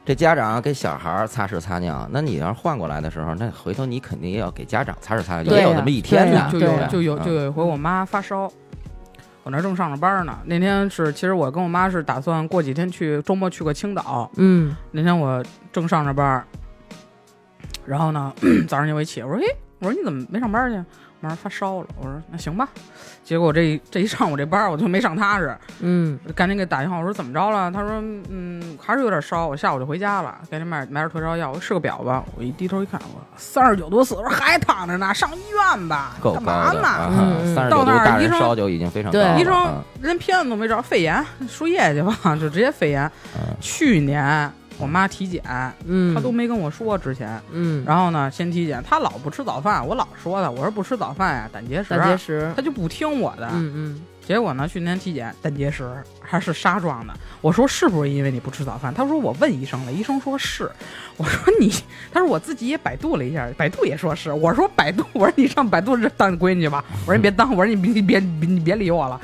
这家长给小孩儿擦屎擦尿，那你要是换过来的时候，那回头你肯定也要给家长擦屎擦尿，对也呀有那么一天呢，哎就对有啊就有嗯就有一回我妈发烧，我那儿正上着班呢。那天是其实我跟我妈是打算过几天去周末去个青岛。嗯那天我正上着班，然后呢早上就我一起，我说嘿，我说你怎么没上班去？我妈说发烧了。我说那行吧。结果我这一这一上午这班我就没上踏实，嗯赶紧给打电话，我说怎么着了？他说嗯还是有点烧，我下午就回家了，赶紧买买点退烧药。我说是个表吧，我一低头一看，我 <laughs> 三十九度四，我说还躺着呢，上医院吧，够高干嘛的呢？啊嗯！嗯三十到九度那儿大人医生烧就已经非常高对了。医生啊连片子都没着，肺炎输液去吧，就直接肺炎。嗯去年我妈体检，嗯，她都没跟我说之前。嗯，然后呢，先体检，她老不吃早饭，我老说她，我说不吃早饭呀，胆结石啊。胆结石，她就不听我的。嗯嗯，结果呢，去年体检胆结石还是沙状的。我说是不是因为你不吃早饭？她说我问医生了，医生说是。我说你， <laughs> 她说我自己也百度了一下，百度也说是。我说百度，我说你上百度这当闺女吧。我说你别当，我说你别你别你别理我了。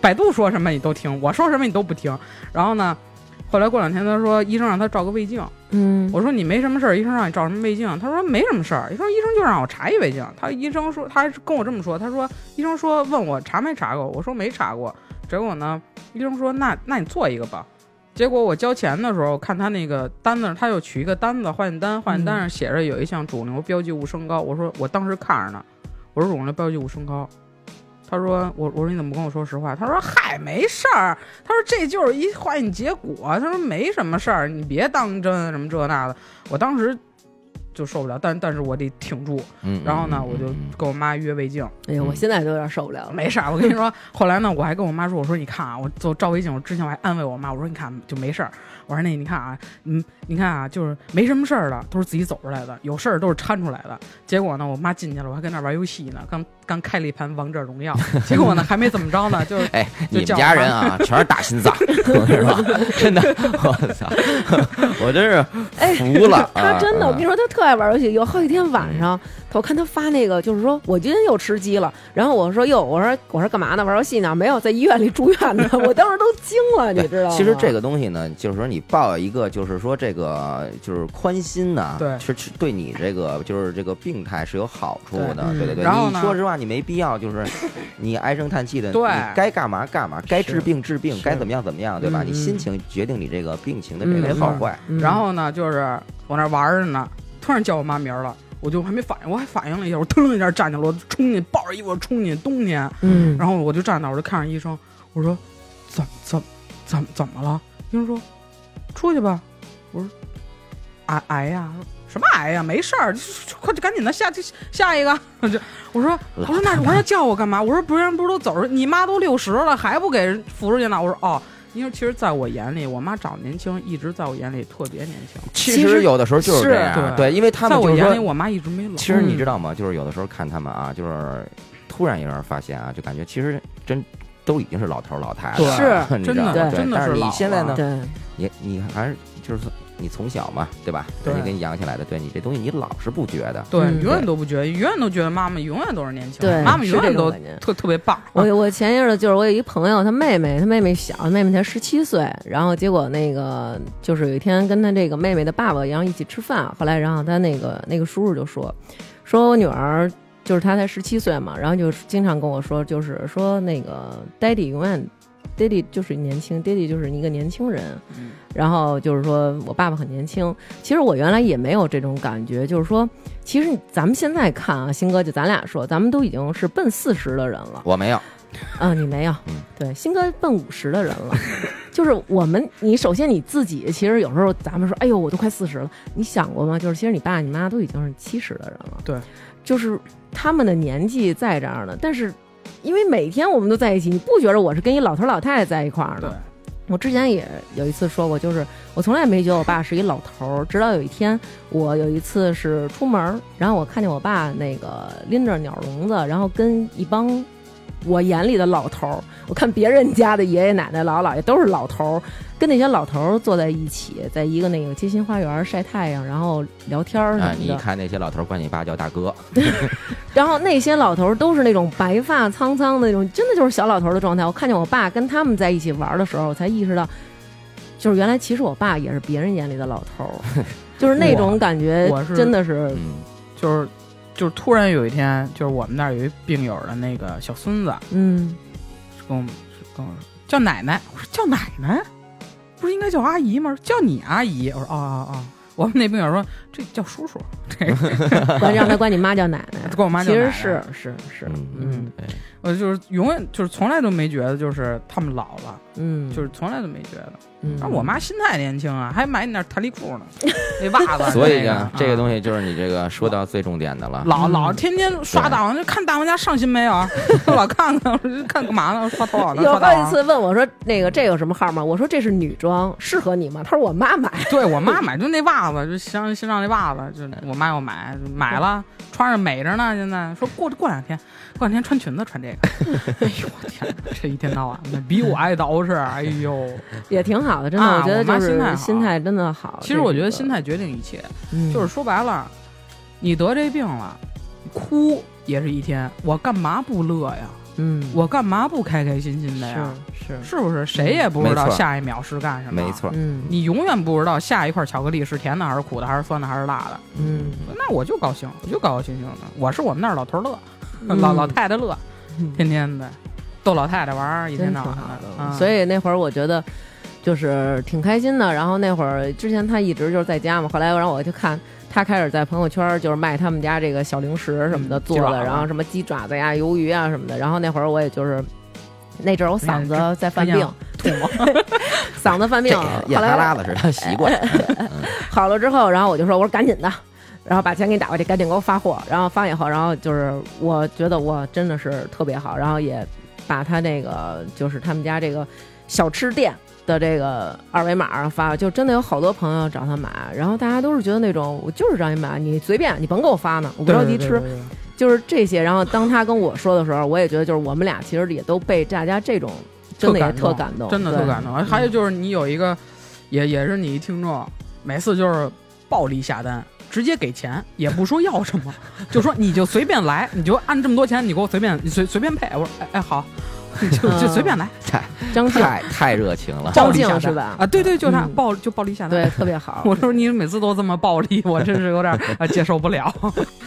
百度说什么你都听，我说什么你都不听。然后呢，后来过两天他说医生让他照个胃镜，嗯，我说你没什么事儿，医生让你照什么胃镜？他说没什么事儿，医生医生就让我查一胃镜。他医生说，他还跟我这么说，他说医生说问我查没查过，我说没查过。结果呢，医生说那那你做一个吧。结果我交钱的时候，看他那个单子，他又取一个单子化验单，化嗯验单上写着有一项肿瘤标记物升高。我说我当时看着呢，我说肿瘤标记物升高。他说我我说你怎么不跟我说实话？他说嗨没事儿，他说这就是一化验结果，他说没什么事儿，你别当真什么这那的。我当时就受不了，但但是我得挺住。嗯，然后呢，嗯我就嗯跟我妈约胃镜，哎呦，我现在都有点受不了了。没事儿。我跟你说，后来呢，我还跟我妈说，我说你看啊，我做照胃镜，我之前我还安慰我妈，我说你看就没事儿。我说那你看啊，嗯，你看啊，就是没什么事儿的，都是自己走出来的，有事儿都是掺出来的。结果呢，我妈进去了，我还跟那儿玩游戏呢，刚刚开了一盘王者荣耀，结果呢还没怎么着呢，就是哎，就你们叫家我妈人 <laughs> 啊，全是大心脏，我跟你说，真的，我操，我真是服了。哎 <laughs> 他真的，我啊跟你，说，他特爱玩游戏。有好几天晚上，我看他发那个，就是说我今天又吃鸡了。然后我说哟，我说我说干嘛呢？玩游戏呢？没有，在医院里住院呢。 <laughs> 我当时都惊了，你对知道吗？其实这个东西呢，就是说你抱一个，就是说这个就是宽心呐，对是是对你这个就是这个病态是有好处的，对嗯对对对。然后呢你说实话，你没必要 <laughs> 就是你唉声叹气的，对你该干嘛干嘛，该治病治病，是该怎么样怎么样，对吧？嗯你心情决定你这个病情的这嗯个没好错坏。嗯，然后呢，就是我那玩儿着呢，突然叫我妈名儿了，我就还没反应，我还反应了一下，我腾楞一下站起来，我冲进，抱着衣服冲进冬天，嗯，然后我就站那儿，我就看着医生，我说怎怎怎怎么了？医生说出去吧。我说癌癌呀。什么癌呀、没事儿，就就快就赶紧的下下下一个。 <laughs> 我就我说我说那我说叫我干嘛？我说不然不是都走着，你妈都六十了还不给人扶出去呢？我说哦，因为其实在我眼里，我妈长得年轻，一直在我眼里特别年轻。其其实实有的时候就是这样，对对，因为他在们我就是眼说里，我嗯妈一直没老。其实你知道吗？就是有的时候看他们啊，就是突然有人发现啊，就感觉其实真都已经是老头儿老太太了，对 <laughs> 你真知道的吗？对真的但是是老你了现在呢，对，你你还是就是说你从小嘛，对吧？对人家给你养起来的，对你这东西你老是不觉得。对，嗯永远都不觉得，永远都觉得妈妈永远都是年轻对的，妈妈永是远这种都感觉特特别棒。 <laughs> 我我前一阵子就是我有一朋友，他妹妹，他妹妹小，妹妹才十七岁，然后结果那个就是有一天跟他这个妹妹的爸爸然后一起吃饭，后来然后他那个那个叔叔就说，说我女儿就是她才十七岁嘛，然后就经常跟我说，就是说那个 daddy 永远。daddy 就是年轻，daddy 就是一个年轻人，然后就是说我爸爸很年轻。其实我原来也没有这种感觉，就是说，其实咱们现在看啊，新哥就咱俩说，咱们都已经是奔四十的人了，我没有， <laughs> 啊，你没有，对，新哥奔五十的人了，就是我们，你首先你自己，其实有时候咱们说，哎呦，我都快四十了，你想过吗？就是其实你爸你妈都已经是七十的人了，对，就是他们的年纪在这儿呢，但是因为每天我们都在一起，你不觉得我是跟一老头老太太在一块儿呢？我之前也有一次说过，就是我从来没觉得我爸是一老头儿，直到有一天，我有一次是出门儿，然后我看见我爸那个拎着鸟笼子，然后跟一帮我眼里的老头儿，我看别人家的爷爷奶奶、姥姥姥爷都是老头儿，跟那些老头儿坐在一起，在一个那个街心花园儿晒太阳，然后聊天儿什啊，么你的。一看那些老头儿管你爸叫大哥，然后那些老头儿都是那种白发苍苍的那种，真的就是小老头儿的状态。我看见我爸跟他们在一起玩儿的时候，我才意识到，就是原来其实我爸也是别人眼里的老头 <laughs> 儿，就是那种感觉我是，真的是嗯，就是就是突然有一天，就是我们那儿有一病友的那个小孙子嗯跟我们跟我说叫奶奶，我说叫奶奶，不是应该叫阿姨吗？叫你阿姨，我说哦哦哦。我们那病友说这叫叔叔，，管让他管你妈叫奶奶 <laughs> 管我妈叫其奶实奶。是是是，嗯嗯对我呃就是永远就是从来都没觉得就是他们老了，嗯，就是从来都没觉得。嗯然后我妈心态年轻啊，还买你那弹 <laughs> 力裤呢，那袜子。所以呢呢，，这个西。东西就是你这个说到最重点的了。嗯嗯老老天天刷大王，就看大王家上新没有啊？ <laughs> 我老看看，我说看干嘛呢？我刷淘宝呢？有刷大好几王。啊次问我说那个这有什么号吗？我说这是女装，适合你吗？他说我妈买， <laughs> 对我妈买就那袜子，就新新上那袜子，就我妈要买，就买了，穿着美着呢。现在说过过两天，过两天穿裙子穿这个。 <laughs> 哎呦我天哪，这一天到晚的比我爱捯饬。哎呦，也挺好的，真的，啊我觉得我妈就心态是好心态真的啊好。其实我觉得心态态决定一切，就嗯就是说白了，你得这病了，哭也是一天，我干嘛不乐呀？嗯，我干嘛不开开心心的呀？是是，是不是？谁也不知道没错下一秒是干什么。没，错，嗯你永远不知道下一块巧克力是甜的还是苦的，还是酸的还是辣的。嗯。那我就高兴，我就高高兴兴的。我是我们那儿老头乐，老老太太乐，嗯天天的逗老太太玩儿，一天真挺到晚好的。啊所以那会儿我觉得就是挺开心的。然后那会儿之前他一直就是在家嘛，后来然后我就看。他开始在朋友圈就是卖他们家这个小零食什么的嗯做鸡爪的，子然后什么鸡爪子呀、鱿鱼啊什么的。然后那会儿我也就是，那阵儿我嗓子哎呀在犯哎病呀，吐沫， <laughs> 嗓子犯嗯病。这后眼哈来拉子是他习惯。 <laughs> 好了之后，然后我就说，我说赶紧的，然后把钱给你打过去，赶紧给我发货。然后发以后，然后就是我觉得我真的是特别好，然后也把他那个就是他们家这个小吃店。的这个二维码发，就真的有好多朋友找他买，然后大家都是觉得那种我就是让你买，你随便，你甭给我发呢，我不着急吃。对对对对就是这些。然后当他跟我说的时候，我也觉得就是我们俩其实也都被大家这种真的也特感动，真的对特感动。还有就是你有一个，也也是你一听众，每次就是暴力下单，直接给钱，也不说要什么，就说你就随便来，你就按这么多钱，你给我随便随随便配。我说哎哎好，你就就随便来，太张静，太太热情了。张暴力静下单嗯是吧 <laughs> 啊对对，就他嗯暴就暴力下单。对，特别好。我说你每次都这么暴力，我真是有点 <laughs> 啊接受不了。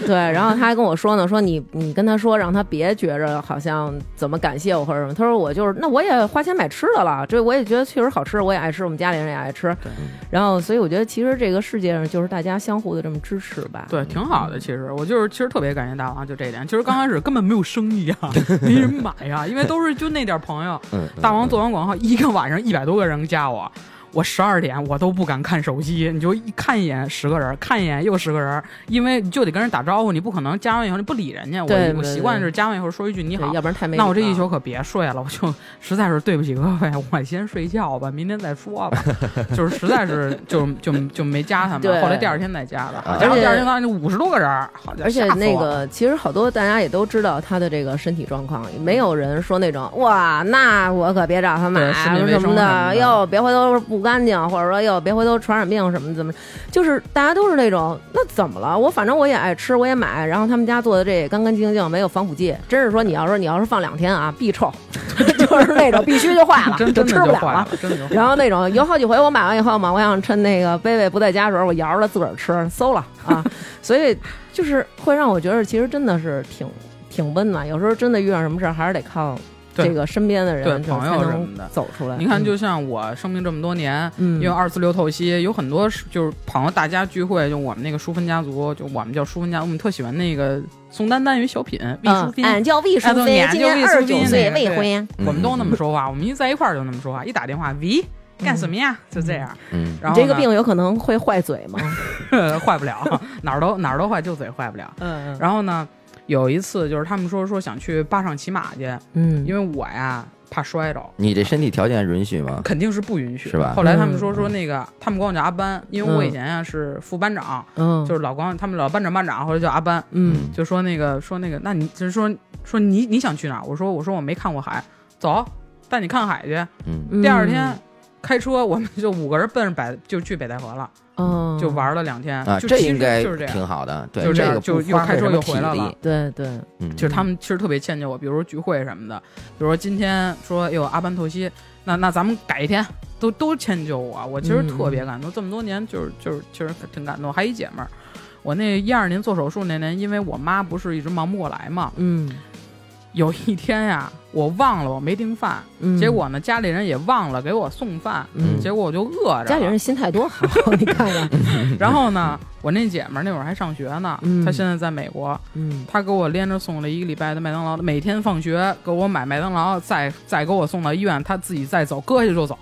对，然后他还跟我说呢，说你你跟他说，让他别觉着好像怎么感谢我或者什么。他说我就是，那我也花钱买吃的了，这我也觉得确实好吃，我也爱吃，我们家里人也爱吃。嗯然后，所以我觉得其实这个世界上就是大家相互的这么支持吧。嗯对，挺好的。其实我就是，其实特别感谢大王，就这一点。其实刚开始根本没有生意 <laughs> 啊，没人买呀、因为都是就那点朋友。嗯，嗯大王做完广告，一个晚上一百多个人加我，我十二点我都不敢看手机，你就一看一眼十个人，看一眼又十个人，因为你就得跟人打招呼，你不可能加完以后你不理人家。我对我对习对惯是加完以后说一句你对好，要不然太没礼貌。那我这一宿可别睡了，我就 <laughs> 实在是对不起各位，我先睡觉吧，明天再说吧。 <laughs> 就是实在是就就就没加他对们，后来第二天再加的，而然后且第二天发现五十多个人儿，好家伙而且吓死那我了个，其实好多大家也都知道他的这个身体状况，没有人说那种哇，那我可别找他买对什心理么卫什么生什么的，的哟，别回头不干净，或者说哟，别回头传染病什么怎么，就是大家都是那种，那怎么了？我反正我也爱吃，我也买，然后他们家做的这也干干净净，没有防腐剂，真是说你要说你要是放两天啊，必臭， <laughs> 就是那种必须就坏了， <laughs> 真就真吃的不就了坏了了。，真 <laughs> 的就坏然后那种有好几回我买完以后嘛，我想趁那个贝贝不在家的时候，我摇着自个儿吃，馊了啊，所以就是会让我觉得其实真的是挺挺温暖。有时候真的遇上什么事儿，还是得靠对这个身边的人对就是朋才友什能么的走出来。你看，嗯就像我生病这么多年，嗯因为二四六透析，有很多是就是朋友大家聚会，就我们那个淑芬家族，就我们叫淑芬家，我们特喜欢那个宋丹丹与小品魏淑嗯，芬，俺叫魏淑哎对芬，俺今叫年魏二淑十九芬岁，那个未对婚。我们都嗯那么说话，我们一在一块儿就那么说话，一打电话，喂，干什么呀？就这样。嗯，然后这个呢病有可能会坏嘴吗？ <laughs> 坏不了，哪儿都哪儿都坏，就嘴坏不了。嗯然后呢，有一次就是他们说说想去坝上骑马去，嗯，因为我呀怕摔着，你这身体条件允许吗？肯定是不允许的是吧后来他们说说那个，他们管我叫阿班，因为我以前呀是副班长，嗯就是老管我他们老班长班长，后来叫阿班，嗯就说那个说那个，那你就是说说你你想去哪儿？我说我说我没看过海，走，带你看海去。嗯，嗯第二天。开车，我们就五个人奔着北就去北戴河了，嗯就玩了两天啊，就这其实应该就是这样，挺好的，对，就这这样个就不又花开费车什么又回体来力了对对，嗯，就是他们其实特别歉疚我，比如说聚会什么的，比如说今天说哎呦阿班透析，那那咱们改一天，都都迁就我，我其嗯实特别感动，这么多年就是就是其实挺感动。还一姐们儿，我那一二年做手术那年，因为我妈不是一直忙不过来嘛，嗯有一天呀，我忘了我没订饭，嗯，结果呢家里人也忘了给我送饭，嗯结果我就饿着了，家里人心态多好， <laughs> 你看 <laughs> 看，然后呢，我那姐们儿那会儿还上学呢，嗯她现在在美国，嗯他给我连着送了一个礼拜的麦当劳，每天放学给我买麦当劳，再再给我送到医院，他自己再走，搁下就走，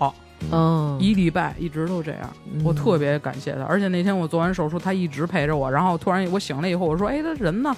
哦，一礼拜一直都这样，嗯我特别感谢他。而且那天我做完手术，他一直陪着我，然后突然我醒了以后，我说：“哎，他人呢？”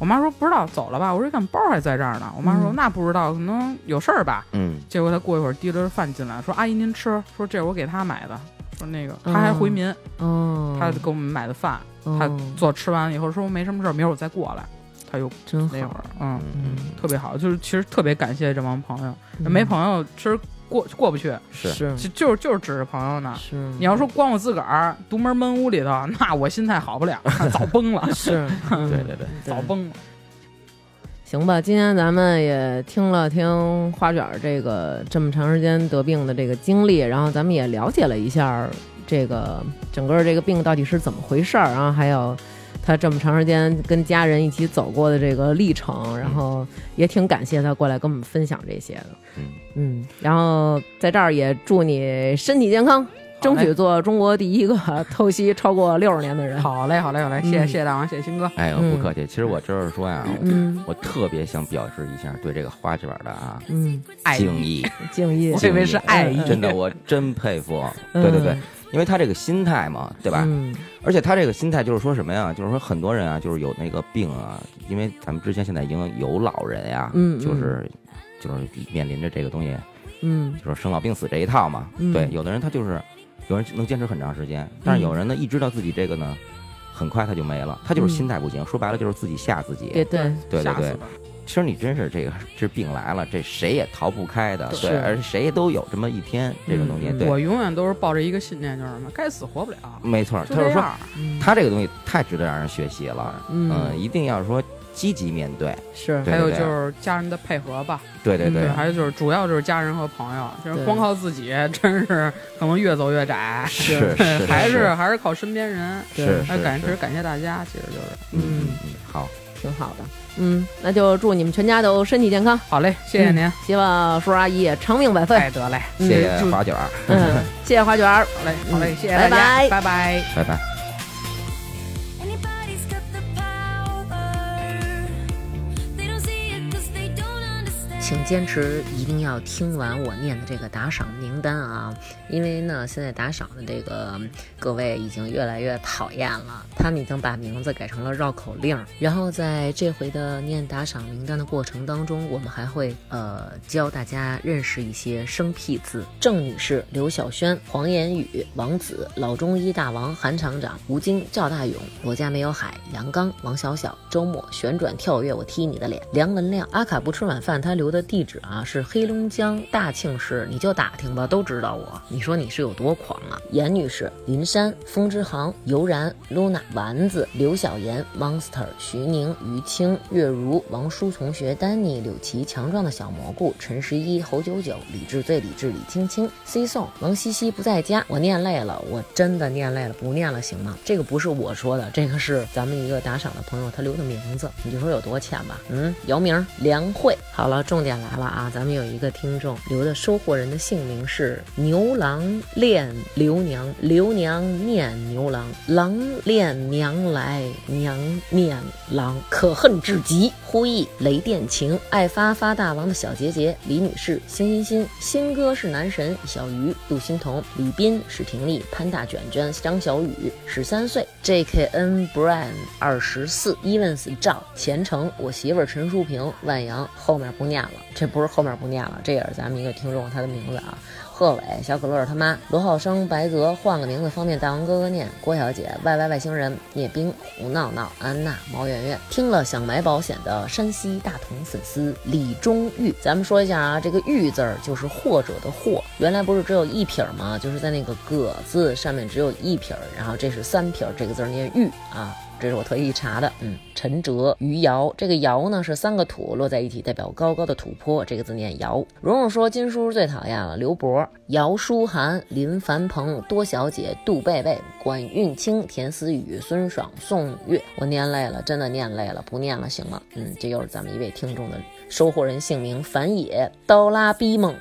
我妈说：“不知道，走了吧。”我说：“看包还在这儿呢。”我妈说：“嗯那不知道，可能有事儿吧。嗯”结果他过一会儿提溜着饭进来，说：“阿姨您吃。”说：“这是我给他买的。”说那个他还回民，哦，他给我们买的饭，他哦做吃完以后说没什么事儿，明儿我再过来。他又真那会好儿，，嗯，嗯特别好，就是其实特别感谢这帮朋友，嗯没朋友其实过过不去，是是就就是就是指着朋友呢。是，，你要说光我自个儿独门闷屋里头，那我心态好不了，那早崩了 <laughs> 是，嗯对对对，早崩了。行吧，今天咱们也听了听花卷儿这个这么长时间得病的这个经历，然后咱们也了解了一下儿这个整个这个病到底是怎么回事儿，然啊后还有他这么长时间跟家人一起走过的这个历程，然后也挺感谢他过来跟我们分享这些的。嗯嗯，然后在这儿也祝你身体健康，争取做中国第一个透析超过六十年的人。，好嘞，好嘞，好嘞，谢谢嗯谢谢大王，谢谢鑫哥，哎呦，嗯不客气。其实我就是说呀，嗯我特别想表示一下对这个花卷的啊嗯，爱敬意，哎敬业我。以为是爱意真的，我真佩服。嗯对对对，因为他这个心态嘛，对吧？嗯而且他这个心态就是说什么呀？就是说很多人啊，就是有那个病啊，因为咱们之前现在已经有老人呀，嗯嗯就是就是面临着这个东西，嗯。就是生老病死这一套嘛。嗯嗯对，有的人他就是有人能坚持很长时间，但是有人呢一知道自己这个呢。很快他就没了。他就是心态不行，说白了就是自己吓自己。也对，对对嗯吓死对了，其实你真是这个这病来了，这谁也逃不开的，对对，是而且谁都有这么一天这种东西，嗯对，我永远都是抱着一个信念，就是什么，该死活不了，没错儿。就他这是说样。嗯他这个东西太值得让人学习了，嗯嗯，一定要说积极面对，是对还有就是家人的配合吧，对对嗯还有就是主要就是家人和朋友，就是对光靠自己，真是可能越走越窄。是是 <laughs> 还是还是靠身边人。是哎，是感谢是，感谢大家，其实就是，嗯嗯，嗯，好，挺好的。嗯，那就祝你们全家都身体健康，好嘞，谢谢您，希望叔叔阿姨也长命百岁。哎，得嘞，嗯谢谢就华九儿，嗯，谢谢花卷儿。好嘞，好嘞，谢谢拜大家，拜拜拜。拜拜。 Anybody's got the power. They don't see it 'cause they don't understand. 请坚持一定要听完我念的这个打赏名单啊，因为呢，现在打赏的这个各位已经越来越讨厌了，他们已经把名字改成了绕口令儿。然后在这回的念打赏名单的过程当中，我们还会呃教大家认识一些生僻字。郑女士、刘晓轩、黄言宇、王子、老中医大王、韩厂长、吴京、赵大勇、罗家没有海、杨刚、王小小、周末、旋转跳跃，我踢你的脸，梁文亮、阿卡不吃晚饭，他留的地址啊是黑龙江大庆市，你就打听吧，都知道我。你说你是有多狂啊？严女士、林珊、风之航、悠然、Luna、丸子、刘晓妍、Monster、徐宁、于青、月如、王叔同学、丹尼、柳琪、强壮的小蘑菇、陈十一、侯九九、李智最理智、李青青、C 宋、王西西不在家，我念累了，我真的念累了，不念了行吗？这个不是我说的，这个是咱们一个打赏的朋友他留的名字，你就说有多欠吧。嗯，姚明、梁慧。好了，重点来了啊，咱们有一个听众留的收货人的姓名是牛郎恋刘娘，刘娘念牛郎，郎恋娘来，娘念郎，可恨至极。呼意雷电晴，爱发发大王的小杰杰，李女士，欣欣欣，新哥是男神，小鱼，杜欣彤，李斌，史婷丽，潘大卷卷，张小雨，十三岁，JKN Brian 二十四，Evans 赵，前程，我媳妇儿陈淑萍，万阳，后面不念了，这不是后面不念了，这也是咱们一个听众他的名字啊。贺炜、小可乐儿他妈、罗浩生、白泽，换个名字方便大王哥哥念。郭小姐、Y Y 外星人、聂冰、胡闹闹、安娜、毛媛媛，听了想买保险的山西大同粉丝李忠玉，咱们说一下啊，这个玉字儿就是或者的或，原来不是只有一撇儿吗？就是在那个葛字上面只有一撇儿，然后这是三撇儿，这个字儿念玉啊。这是我特意查的，嗯，陈哲、余姚，这个姚呢是三个土摞在一起，代表高高的土坡，这个字念姚。蓉蓉说金叔最讨厌了，刘博、姚书涵、林凡鹏、多小姐、杜贝贝、管运清、田思雨、孙爽、宋月，我念累了，真的念累了，不念了行吗？嗯，这又是咱们一位听众的收货人姓名樊野、刀拉逼梦。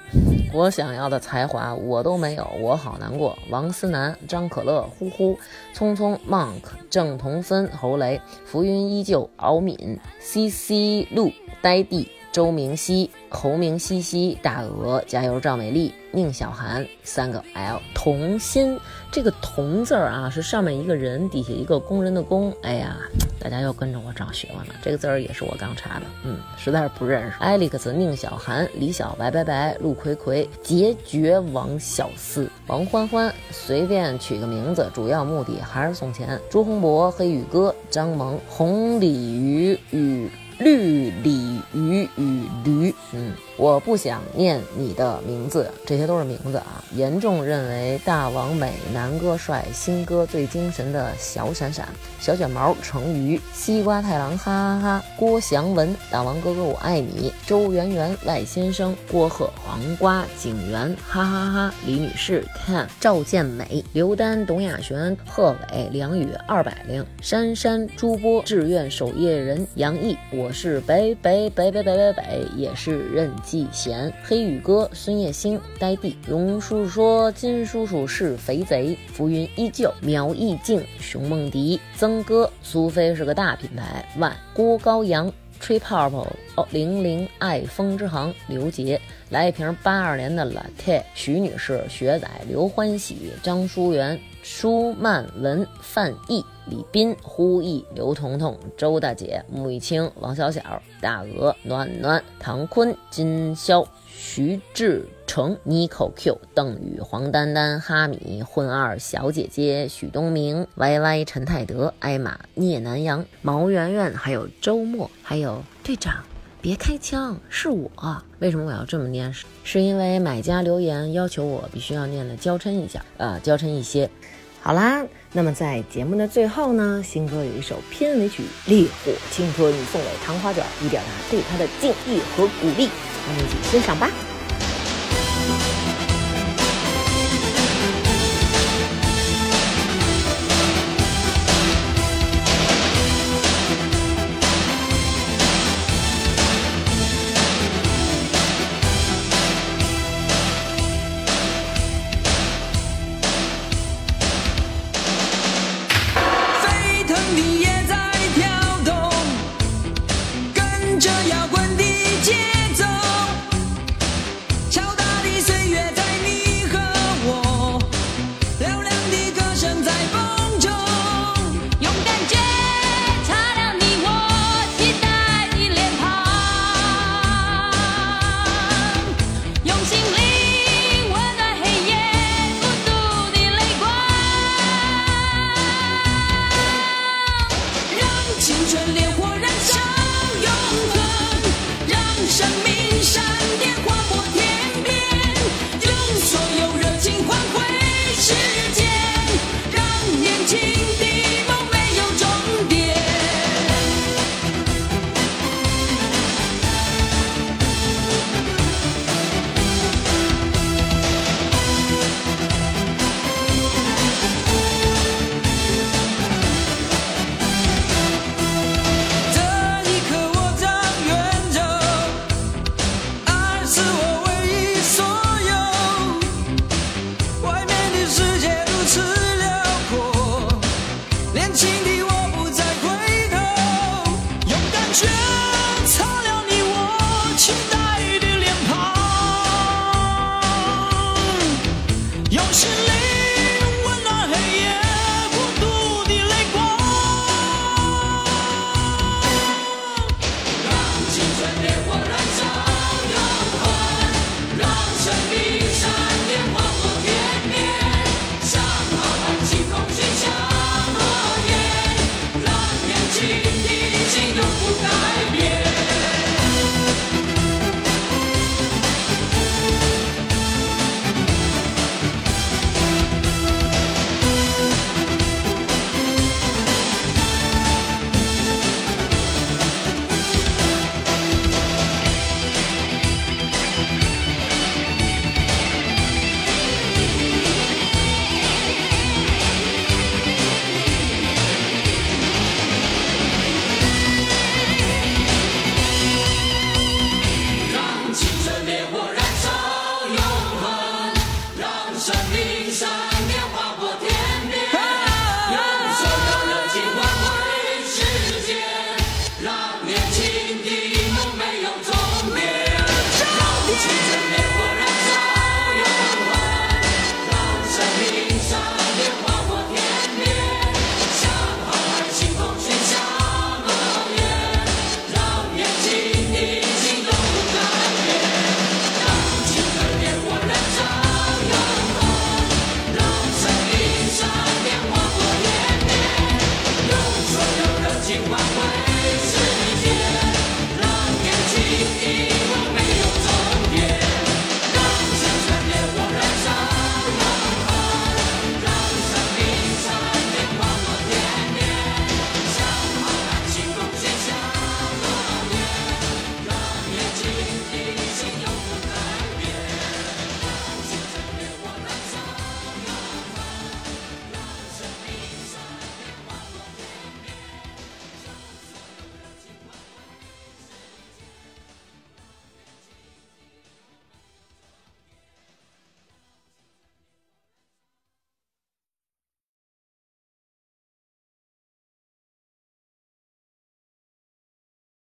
我想要的才华我都没有，我好难过。王思楠、张可乐、呼呼、匆匆、Monk、郑同芬、侯雷、浮云依旧、敖敏、C C 路、呆地、周明熙、侯明熙熙、大鹅、加油赵美丽、宁小涵三个 L 童心。这个童字儿啊，是上面一个人，底下一个工人的工。哎呀，大家又跟着我长学问了。这个字儿也是我刚查的，嗯，实在是不认识。Alex 宁小涵、李小白白白、陆葵葵、杰绝王小四、王欢欢，随便取个名字，主要目的还是送钱。朱宏博、黑羽哥、张萌、红鲤鱼与绿鲤鱼与驴，嗯，我不想念你的名字，这些都是名字啊。严重认为大王美、南哥帅、新哥最精神的小闪闪、小卷毛、成鱼、西瓜太郎，哈哈哈！郭祥文、大王哥哥我爱你、周圆圆、赖先生、郭鹤、黄瓜、景元，哈哈哈！李女士、Ken、赵健美、刘丹、董亚璇、贺炜、梁宇、二百灵、珊珊、朱波、志愿守夜人杨毅，我是北北北北北北北，也是任继贤、黑羽哥、孙叶星、呆地、荣叔叔说金叔叔是肥贼，浮云依旧、苗艺静、熊梦迪、曾哥、苏菲是个大品牌，万郭高阳。吹泡泡哦，零零爱风之行，刘杰来一瓶八二年的 latte，徐女士、学仔、刘欢喜、张淑媛、舒曼文、范毅、李斌、呼毅、刘彤彤、周大姐、穆一清、王小小、大鹅、暖暖、唐坤、金霄、徐志成。成、妮蔻 Q、邓宇、黄丹丹、哈米、混二、小姐姐、许东明、Y Y、陈泰德、艾玛、聂南阳、毛媛媛，还有周末，还有队长。别开枪，是我。为什么我要这么念？是是因为买家留言要求我必须要念的娇嗔一下，呃，娇嗔一些。好啦，那么在节目的最后呢，新哥有一首片尾曲《烈火青春》送给糖花卷，以表达对他的敬意和鼓励。我们一起欣赏吧。沸腾的夜在跳动，跟着摇滚的节奏，敲打的岁月在你和我，嘹亮的歌声在风中。用感觉擦亮你我期待的脸庞。用心灵温暖黑夜孤独的泪光，让青春烈火燃烧永恒，让生命闪电划破天边，用所有热情换回时间，让年轻的梦没有终点。这一刻我将远走，爱是我唯一所有。外面的世界如此辽阔，年轻的我不再回头。用感觉擦亮你我期待的脸庞。用心灵温暖黑夜孤独的泪光，让青春烈火燃烧永恒，让生命闪电划过天边，像浩瀚星空许下诺言，让年轻的心永不改变。让青春烈火燃烧永恒，让生命闪